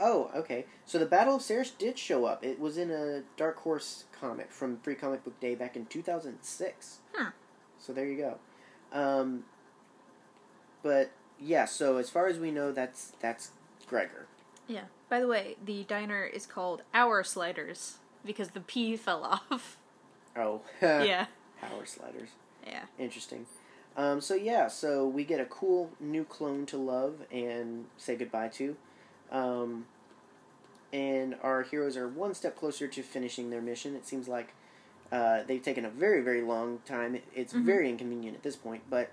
S1: oh, okay. So the Battle of Ceres did show up. It was in a Dark Horse comic from Free Comic Book Day back in two thousand six.
S2: Hmm.
S1: So there you go. Um, but yeah, so as far as we know, that's that's Gregor.
S2: Yeah. By the way, the diner is called Our Sliders because the P fell off.
S1: Oh, <laughs>
S2: <laughs> yeah.
S1: Power sliders.
S2: Yeah.
S1: Interesting. Um, so yeah, so we get a cool new clone to love and say goodbye to, um, and our heroes are one step closer to finishing their mission. It seems like uh, they've taken a very very long time. It- It's
S2: Mhm.
S1: very inconvenient at this point, but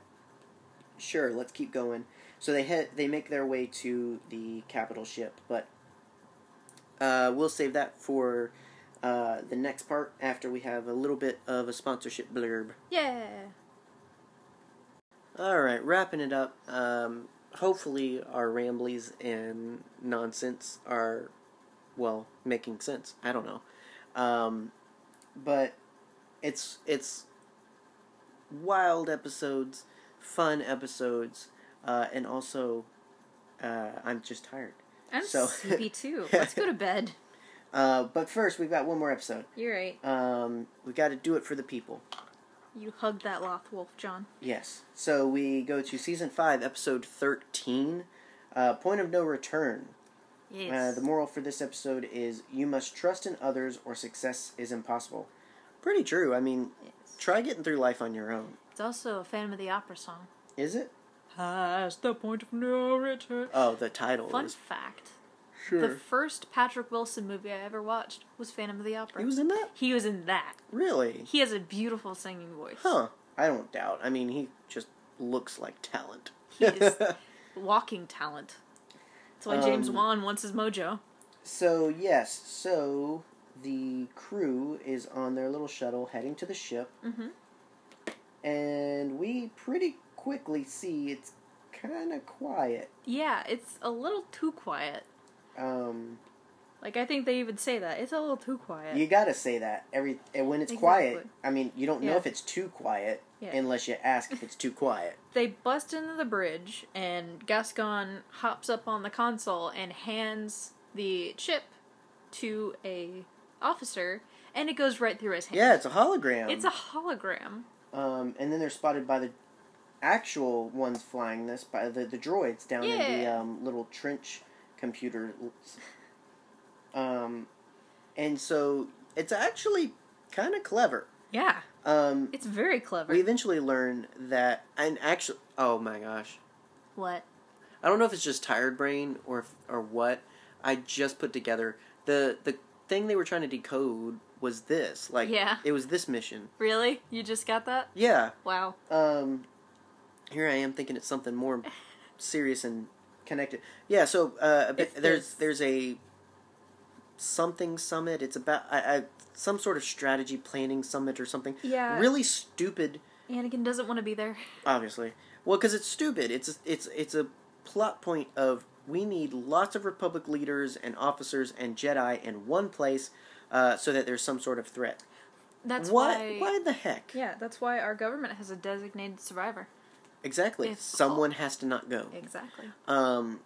S1: sure, let's keep going. So they head they make their way to the capital ship, but uh, we'll save that for uh, the next part after we have a little bit of a sponsorship blurb.
S2: Yeah.
S1: All right, wrapping it up. Um, hopefully, our ramblies and nonsense are, well, making sense. I don't know, um, but it's it's wild episodes, fun episodes, uh, and also uh, I'm just tired.
S2: I'm
S1: So- <laughs>
S2: sleepy too. Let's go to bed.
S1: Uh, but first, we've got one more episode.
S2: You're right.
S1: Um, we got to do it for the people.
S2: You hugged that loth wolf, John.
S1: Yes. So we go to season five, episode thirteen, uh, point of no return. Uh,
S2: Yes.
S1: the moral for this episode is you must trust in others or success is impossible. Pretty true. I mean,
S2: yes.
S1: try getting through life on your own.
S2: It's also a Phantom of the Opera song.
S1: Is it?
S2: Past the point of no return.
S1: Oh, the title
S2: Fun
S1: is
S2: fact. The
S1: sure.
S2: first Patrick Wilson movie I ever watched was Phantom of the Opera.
S1: He was in that?
S2: He was in that.
S1: Really?
S2: He has a beautiful singing voice.
S1: Huh. I don't doubt. I mean, he just looks like talent.
S2: He is walking talent. That's why James
S1: Um,
S2: Wan wants his mojo.
S1: <laughs> So yes, so Mm-hmm. the crew is on their little shuttle heading to the ship.
S2: Mhm.
S1: and we pretty quickly see it's kind of quiet.
S2: Yeah, it's a little too quiet.
S1: Um,
S2: Like I think they even say that it's a little too quiet.
S1: You gotta say that every and when it's quiet.
S2: Exactly.
S1: I mean, you don't know
S2: Yeah.
S1: if it's too quiet
S2: Yeah.
S1: unless you ask if it's too
S2: <laughs>
S1: quiet.
S2: they bust into the bridge, and Gascon hops up on the console and hands the chip to a officer, and it goes right through his hand.
S1: Yeah, it's a hologram.
S2: it's a hologram.
S1: um, and then they're spotted by the actual ones flying this by the the droids down in the
S2: Yeah.
S1: um, little trench computer. Um, and so it's actually kind of clever.
S2: Yeah,
S1: Um,
S2: it's very clever.
S1: we eventually learn that and actually, oh my gosh,
S2: what?
S1: I don't know if it's just tired brain or if- or what. I just put together the the thing they were trying to decode was this. Like
S2: Yeah.
S1: it was this mission.
S2: Really? You just got that?
S1: Yeah.
S2: Wow.
S1: Um here I am thinking it's something more serious and connected. Yeah, so uh a bit,
S2: It's
S1: there's
S2: this.
S1: there's a something summit. It's about I, I some sort of strategy planning summit or something.
S2: Yeah.
S1: Really stupid
S2: Anakin doesn't want to be there.
S1: obviously. Well, because it's stupid. It's it's it's a plot point of we need lots of Republic leaders and officers and Jedi in one place, uh, so that there's some sort of threat.
S2: That's
S1: what?
S2: why.
S1: Why the heck?
S2: Yeah, that's why our government has a designated survivor.
S1: Exactly.
S2: It's-
S1: Someone has to not go.
S2: Exactly.
S1: Um,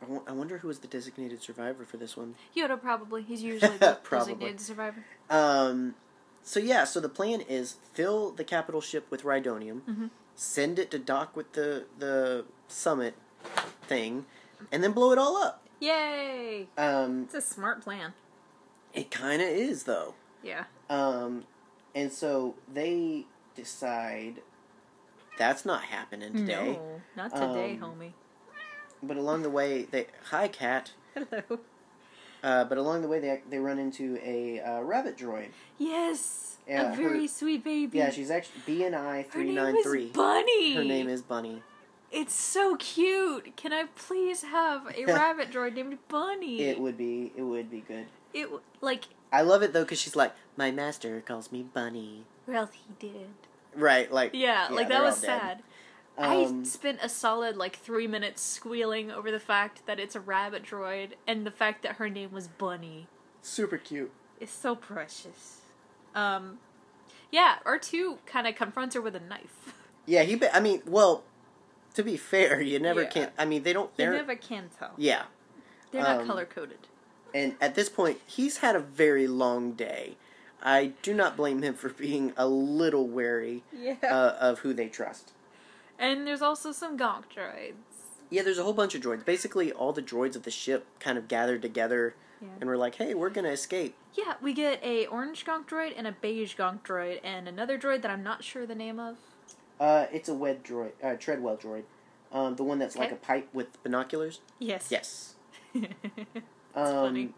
S1: I wo- I wonder who was the designated survivor for this one.
S2: Yoda probably. He's usually the
S1: <laughs> Probably.
S2: designated survivor.
S1: Um, so yeah, so the plan is fill the capital ship with rhydonium,
S2: Mm-hmm.
S1: send it to dock with the the summit thing, and then blow it all up.
S2: Yay!
S1: Um,
S2: It's a smart plan.
S1: It kind of is though.
S2: Yeah.
S1: Um, and so they decide that's not happening today.
S2: No, not today,
S1: Um,
S2: homie. <laughs>
S1: But along the way, they hi cat.
S2: Hello.
S1: Uh, but along the way, they they run into a uh, rabbit droid.
S2: Yes,
S1: Yeah,
S2: a
S1: her-
S2: very sweet baby.
S1: Yeah, she's actually BNI
S2: Mm. her
S1: three
S2: name
S1: nine three.
S2: is Bunny.
S1: Her name is Bunny.
S2: It's so cute. Can I please have
S1: <laughs>
S2: a rabbit droid named Bunny?
S1: It would be it would be good.
S2: It w- like
S1: I love it though because she's like my master calls me Bunny.
S2: well he did.
S1: Right, like
S2: Yeah, like
S1: they're
S2: that
S1: all
S2: was
S1: dead.
S2: sad. I
S1: Um,
S2: spent a solid like three minutes squealing over the fact that it's a rabbit droid and the fact that her name was Bunny.
S1: super cute.
S2: It's so precious. Um, yeah, R two kind of confronts her with a knife. <laughs>
S1: Yeah, he. Be- I mean, well, to be fair, you never
S2: Yeah.
S1: can. I mean, they don't.
S2: You
S1: They're
S2: never can tell.
S1: yeah.
S2: They're not
S1: um,
S2: color coded.
S1: And at this point, he's had a very long day. I do not blame him for <laughs> being a little wary
S2: Yeah.
S1: uh, of who they trust.
S2: and there's also some gonk droids.
S1: Yeah, there's a whole bunch of droids. Basically, all the droids of the ship kind of gathered together
S2: Yeah.
S1: and we're like, hey, we're going to escape.
S2: Yeah, we get a orange gonk droid and a beige gonk droid and another droid that I'm not sure the name of.
S1: Uh, it's a wed droid, uh, Treadwell droid. Um, the one that's like
S2: Okay.
S1: a pipe with binoculars.
S2: Yes. <laughs>
S1: Yes.
S2: That's
S1: um,
S2: funny.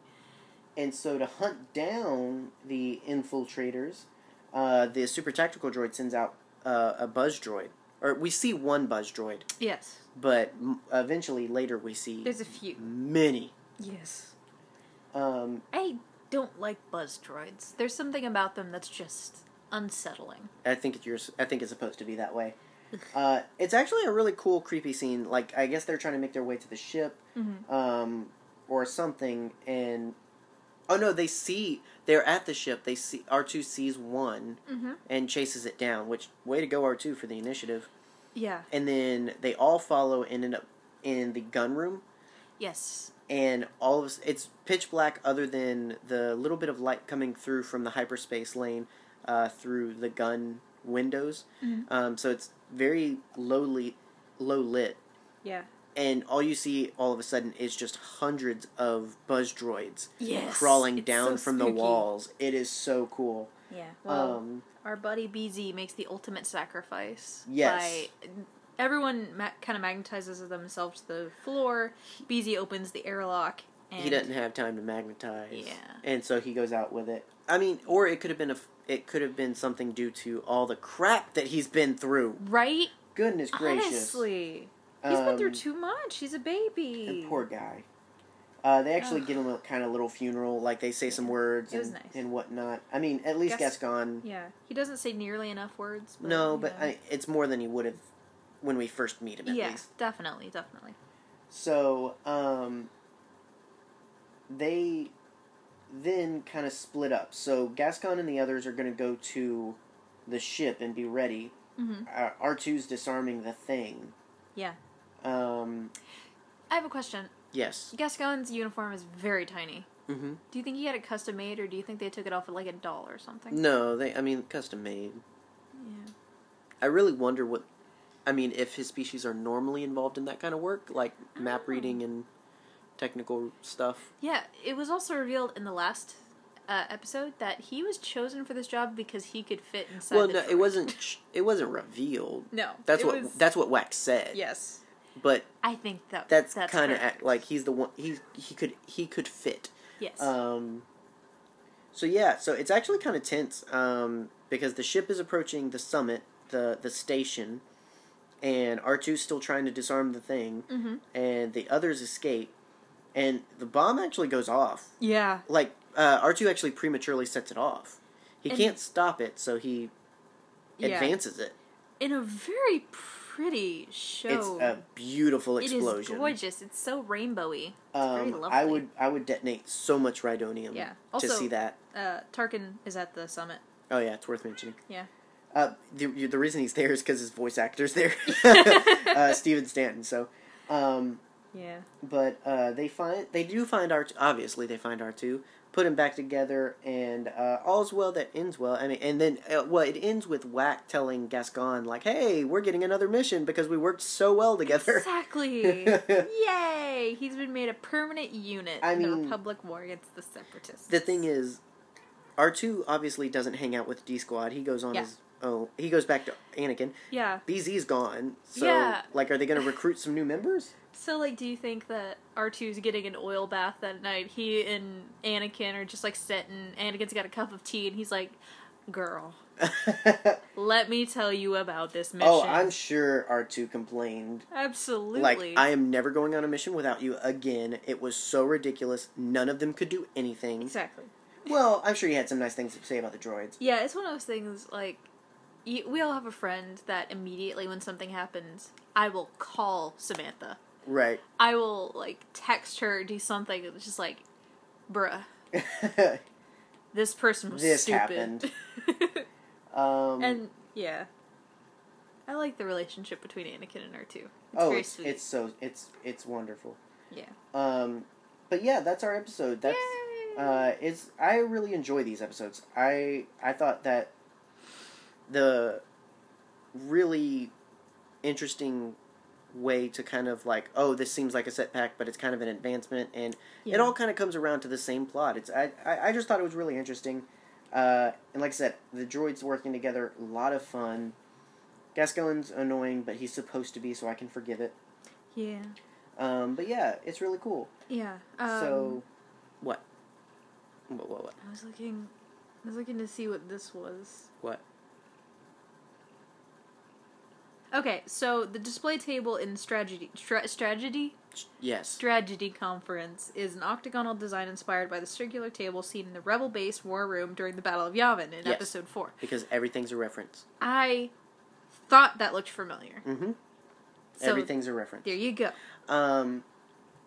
S1: And so to hunt down the infiltrators, uh, the super tactical droid sends out uh, a buzz droid. Or we see one buzz droid,
S2: Yes.
S1: but m- eventually later we see
S2: There's a few.
S1: many.
S2: Yes.
S1: Um,
S2: I don't like buzz droids. There's something about them that's just unsettling.
S1: I think it's yours. I think it's supposed to be that
S2: <laughs>
S1: way. Uh, it's actually a really cool, creepy scene. Like I guess they're trying to make their way to the ship,
S2: Mm-hmm.
S1: um, or something. And oh no, they see they're at the ship. They see R two sees one
S2: Mhm.
S1: and chases it down. Which way to go, R two for the initiative.
S2: Yeah.
S1: And then they all follow and end up in the gun room.
S2: Yes.
S1: And all of us- it's pitch black, other than the little bit of light coming through from the hyperspace lane uh, through the gun windows.
S2: Mm-hmm.
S1: Um, so it's very lowly, low lit,
S2: Yeah.
S1: and all you see all of a sudden is just hundreds of buzz droids
S2: Yes.
S1: crawling
S2: It's
S1: down
S2: so
S1: from the
S2: spooky.
S1: walls. It is so cool.
S2: Yeah. Well,
S1: um,
S2: our buddy BZ makes the ultimate sacrifice.
S1: Yes.
S2: By, everyone ma- kind of magnetizes themselves to the floor. BZ opens the airlock. And
S1: he doesn't have time to magnetize.
S2: Yeah.
S1: and so he goes out with it. I mean, or it could have been a. f- It could have been something due to all the crap that he's been through.
S2: Right?
S1: Goodness gracious!
S2: Honestly. He's been through
S1: Um,
S2: too much. He's a baby.
S1: And poor guy. Uh, they actually give him a kind of little funeral, like they say some words
S2: It was
S1: and,
S2: nice.
S1: and whatnot. I mean, at least
S2: Gas-
S1: Gascon.
S2: Yeah, he doesn't say nearly enough words. But,
S1: no,
S2: you
S1: but
S2: know.
S1: I, it's more than he would have when we first meet him. At
S2: yeah,
S1: least.
S2: definitely, definitely.
S1: So um, they then kind of split up. So Gascon and the others are going to go to the ship and be ready.
S2: Mhm.
S1: Uh, R2's disarming the thing.
S2: Yeah.
S1: Um,
S2: I have a question.
S1: yes.
S2: Gascon's uniform is very tiny.
S1: Mm-hmm.
S2: Do you think he had it custom made, or do you think they took it off at like a doll or something?
S1: No, they. I mean, custom made.
S2: Yeah.
S1: I really wonder what. I mean, if his species are normally involved in that kind of work, like map reading and technical stuff.
S2: Yeah. It was also revealed in the last uh, episode that he was chosen for this job because he could fit inside.
S1: well,
S2: the
S1: no,
S2: droid.
S1: it wasn't. sh- It wasn't revealed.
S2: No.
S1: That's
S2: it
S1: what.
S2: was-
S1: That's what Wax said.
S2: yes.
S1: But
S2: I think that
S1: that's, uh,
S2: that's
S1: kind of
S2: correct.
S1: like he's the one he he could he could fit
S2: yes.
S1: um so yeah so it's actually kind of tense um because the ship is approaching the summit the the station and r2's still trying to disarm the thing
S2: hmm
S1: and the others escape and the bomb actually goes off
S2: Yeah.
S1: like uh, r2 actually prematurely sets it off he
S2: And-
S1: can't stop it so he
S2: Yeah.
S1: advances it
S2: In a very pretty show.
S1: it's a beautiful
S2: It is
S1: explosion
S2: gorgeous. It's so rainbowy. very
S1: Um,
S2: lovely.
S1: I would I would detonate so much rhydonium
S2: Yeah.
S1: to
S2: Also-
S1: see that.
S2: Uh, Tarkin is at the summit.
S1: Oh yeah, it's worth mentioning.
S2: Yeah.
S1: Uh, the you- the reason he's there is because his voice actor's
S2: <laughs>
S1: there, <laughs> uh, Steven Stanton. So, um,
S2: Yeah.
S1: but uh, they find they do find R obviously they find R two put him back together and uh, all's well that ends well. I mean, and then uh, well it ends with Whack telling Gascon like, hey, we're getting another mission because we worked so well together.
S2: Exactly.
S1: <laughs>
S2: <laughs> Yay! He's been made a permanent unit
S1: I
S2: in the
S1: mean-
S2: Republic War against the Separatists.
S1: the thing is, R two obviously doesn't hang out with D Squad. He goes on
S2: Yeah.
S1: his oh he goes back to Anakin.
S2: Yeah.
S1: BZ's gone, so
S2: Yeah.
S1: like, are they going to recruit some new
S2: <laughs>
S1: members?
S2: So, like, do you think that R2's getting an oil bath that night? He and Anakin are just, like, sitting. Anakin's got a cup of tea, and he's like, Girl, let me tell you about this mission.
S1: oh, I'm sure R two complained.
S2: Absolutely.
S1: Like, I am never going on a mission without you again. It was so ridiculous. None of them could do anything.
S2: Exactly.
S1: Well, I'm sure he had some nice things to say about the droids.
S2: Yeah, it's one of those things like y we all have a friend that immediately when something happens, I will call Samantha.
S1: Right. <laughs>
S2: I will like text her, do something. It's just like, bruh, this person was
S1: This
S2: stupid.
S1: happened.
S2: <laughs>
S1: um,
S2: and yeah, I like the relationship between Anakin and R two.
S1: oh,
S2: very
S1: it's,
S2: sweet.
S1: it's so it's it's wonderful.
S2: yeah.
S1: Um, but yeah, that's our episode. That's
S2: Yay!
S1: uh, it's I really enjoy these episodes. I I thought that the really interesting way to kind of like oh this seems like a setback but it's kind of an advancement and
S2: Yeah.
S1: it all kind of comes around to the same plot it's I, I i just thought it was really interesting uh and like i said the droids working together a lot of fun gascoigne's annoying but he's supposed to be so i can forgive it
S2: yeah,
S1: um but yeah it's really cool
S2: yeah. Um,
S1: so what what what what
S2: I was looking, I was looking to see what this was.
S1: what
S2: Okay, so the display table in strategy, stra- strategy,
S1: yes
S2: Strategy Conference is an octagonal design inspired by the circular table seen in the Rebel base war room during the Battle of Yavin in
S1: Yes.
S2: Episode 4.
S1: because everything's a reference
S2: I thought that looked familiar.
S1: mm-hmm
S2: So
S1: everything's a reference
S2: there you go.
S1: Um,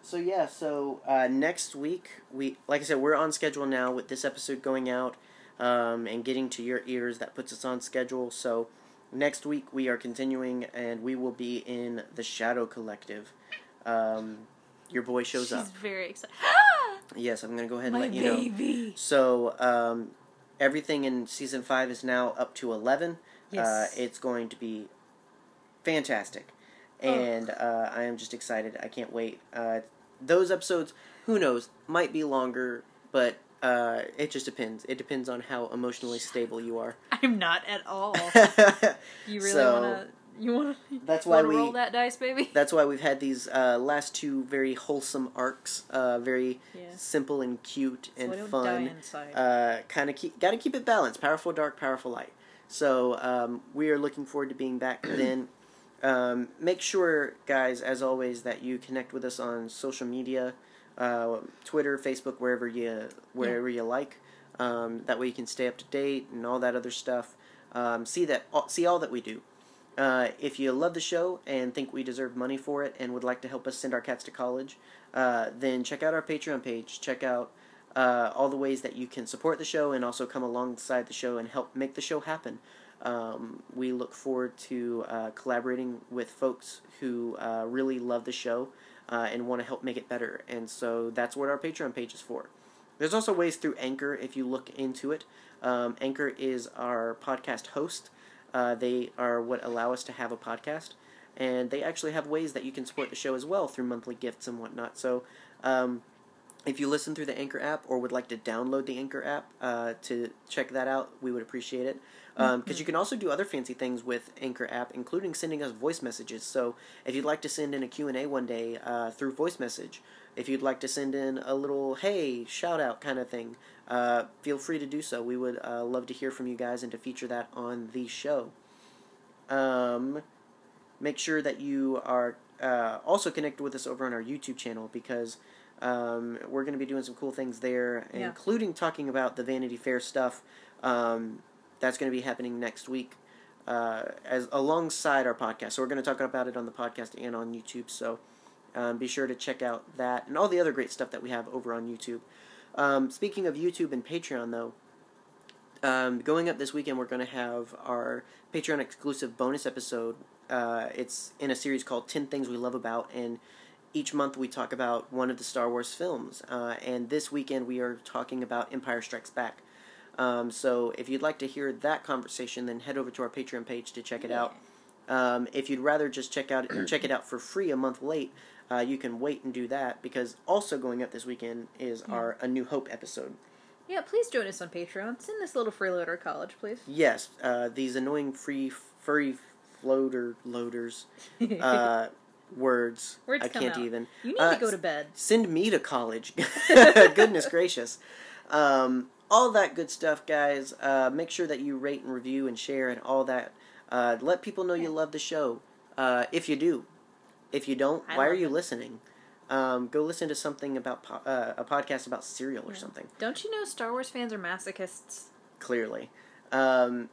S1: so yeah, so uh, next week we, like I said, we're on schedule now with this episode going out um, and getting to your ears. That puts us on schedule. So next week we are continuing, and we will be in the Shadow Collective. Um, your boy shows
S2: She's
S1: up.
S2: very <gasps> Ah! excited.
S1: Yes, I'm gonna go ahead and
S2: My
S1: let you know.
S2: baby.
S1: So um, everything in season five is now up to eleven.
S2: Yes.
S1: Uh, it's going to be fantastic,
S2: Oh.
S1: and uh, I am just excited. I can't wait. Uh, those episodes, who knows, might be longer, but uh, it just depends. It depends on how emotionally stable you are.
S2: <laughs>
S1: <laughs>
S2: I'm not at all. You really
S1: So,
S2: wanna you wanna
S1: <laughs> that's why
S2: wanna
S1: we-
S2: roll that dice, baby? <laughs>
S1: That's why we've had these uh, last two very wholesome arcs, uh, very
S2: Yeah.
S1: simple and cute and
S2: I don't
S1: fun.
S2: die inside.
S1: uh, kind of keep got to keep it balanced. Powerful dark, powerful light. So um, we are looking forward to being back then. Um, make sure, guys, as always, that you connect with us on social media. uh, Twitter, Facebook, wherever you wherever you like. Um, that way you can stay up to date and all that other stuff. Um, see that all- see all that we do. Uh, if you love the show and think we deserve money for it and would like to help us send our cats to college, uh, then check out our Patreon page. Check out uh, all the ways that you can support the show and also come alongside the show and help make the show happen. Um, we look forward to uh, collaborating with folks who uh, really love the show uh, and want to help make it better. And so that's what our Patreon page is for. There's also ways through Anchor if you look into it. Um, Anchor is our podcast host. Uh, they are what allow us to have a podcast, and they actually have ways that you can support the show as well through monthly gifts and whatnot. So, um, if you listen through the Anchor app or would like to download the Anchor app uh, to check that out, we would appreciate it. Because you can also do other fancy things with Anchor app, including sending us voice messages. So if you'd like to send in a Q&A one day uh, through voice message, if you'd like to send in a little, hey, shout out kind of thing, uh, feel free to do so. We would uh, love to hear from you guys and to feature that on the show. Um, make sure that you are uh, also connected with us over on our YouTube channel because um, we're going to be doing some cool things there,
S2: Yeah.
S1: including talking about the Vanity Fair stuff. Um, that's going to be happening next week, uh, as alongside our podcast. So we're going to talk about it on the podcast and on YouTube. So um, be sure to check out that and all the other great stuff that we have over on YouTube. Um, speaking of YouTube and Patreon, though, um, going up this weekend, we're going to have our Patreon exclusive bonus episode. Uh, it's in a series called 10 Things We Love About, and each month we talk about one of the Star Wars films. Uh, and this weekend we are talking about Empire Strikes Back. Um, so if you'd like to hear that conversation, then head over to our Patreon page to check it out. Um, if you'd rather just check out <clears throat> check it out for free a month late, uh, you can wait and do that because also going up this weekend is our A New Hope episode.
S2: Yeah, please join us on Patreon. Send this little freeloader college, please. <laughs>
S1: Yes, uh, these annoying free furry floater
S2: <laughs>
S1: loaders uh, words.
S2: Words
S1: I
S2: come
S1: can't
S2: out.
S1: even.
S2: You need
S1: Uh,
S2: to go to bed.
S1: Send me to
S2: <laughs>
S1: college. <laughs> Goodness gracious. Um, all that good stuff, guys. Uh, make sure that you rate and review and share and all that. Uh, let people know you love the show. Uh, if you do, if you don't,
S2: I
S1: why are
S2: love
S1: you
S2: it.
S1: listening? Um, go listen to something about po- uh, a podcast about cereal or something.
S2: Don't you know Star Wars fans are masochists?
S1: clearly. Um,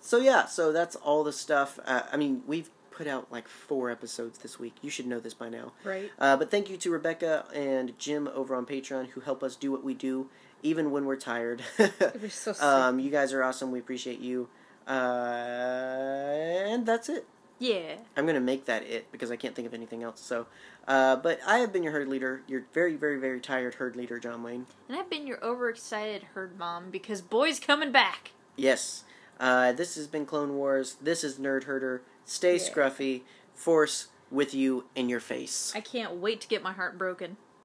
S1: so yeah, so that's all the stuff. Uh, I mean, we've put out like four episodes this week. You should know this by now.
S2: Right.
S1: Uh, but thank you to Rebecca and Jim over on Patreon who help us do what we do, even when we're tired. <laughs>
S2: We're so sick.
S1: um, you guys are awesome. We appreciate you. Uh, and that's it.
S2: yeah.
S1: I'm going to make that it because I can't think of anything else. So, uh, but I have been your herd leader, your very, very, very tired herd leader, John Wayne.
S2: And I've been your overexcited herd mom because boy's coming back.
S1: Yes. Uh, this has been Clone Wars. This is Nerd Herder. Stay
S2: Yeah.
S1: scruffy. Force with you in your face.
S2: I can't wait to get my heart broken.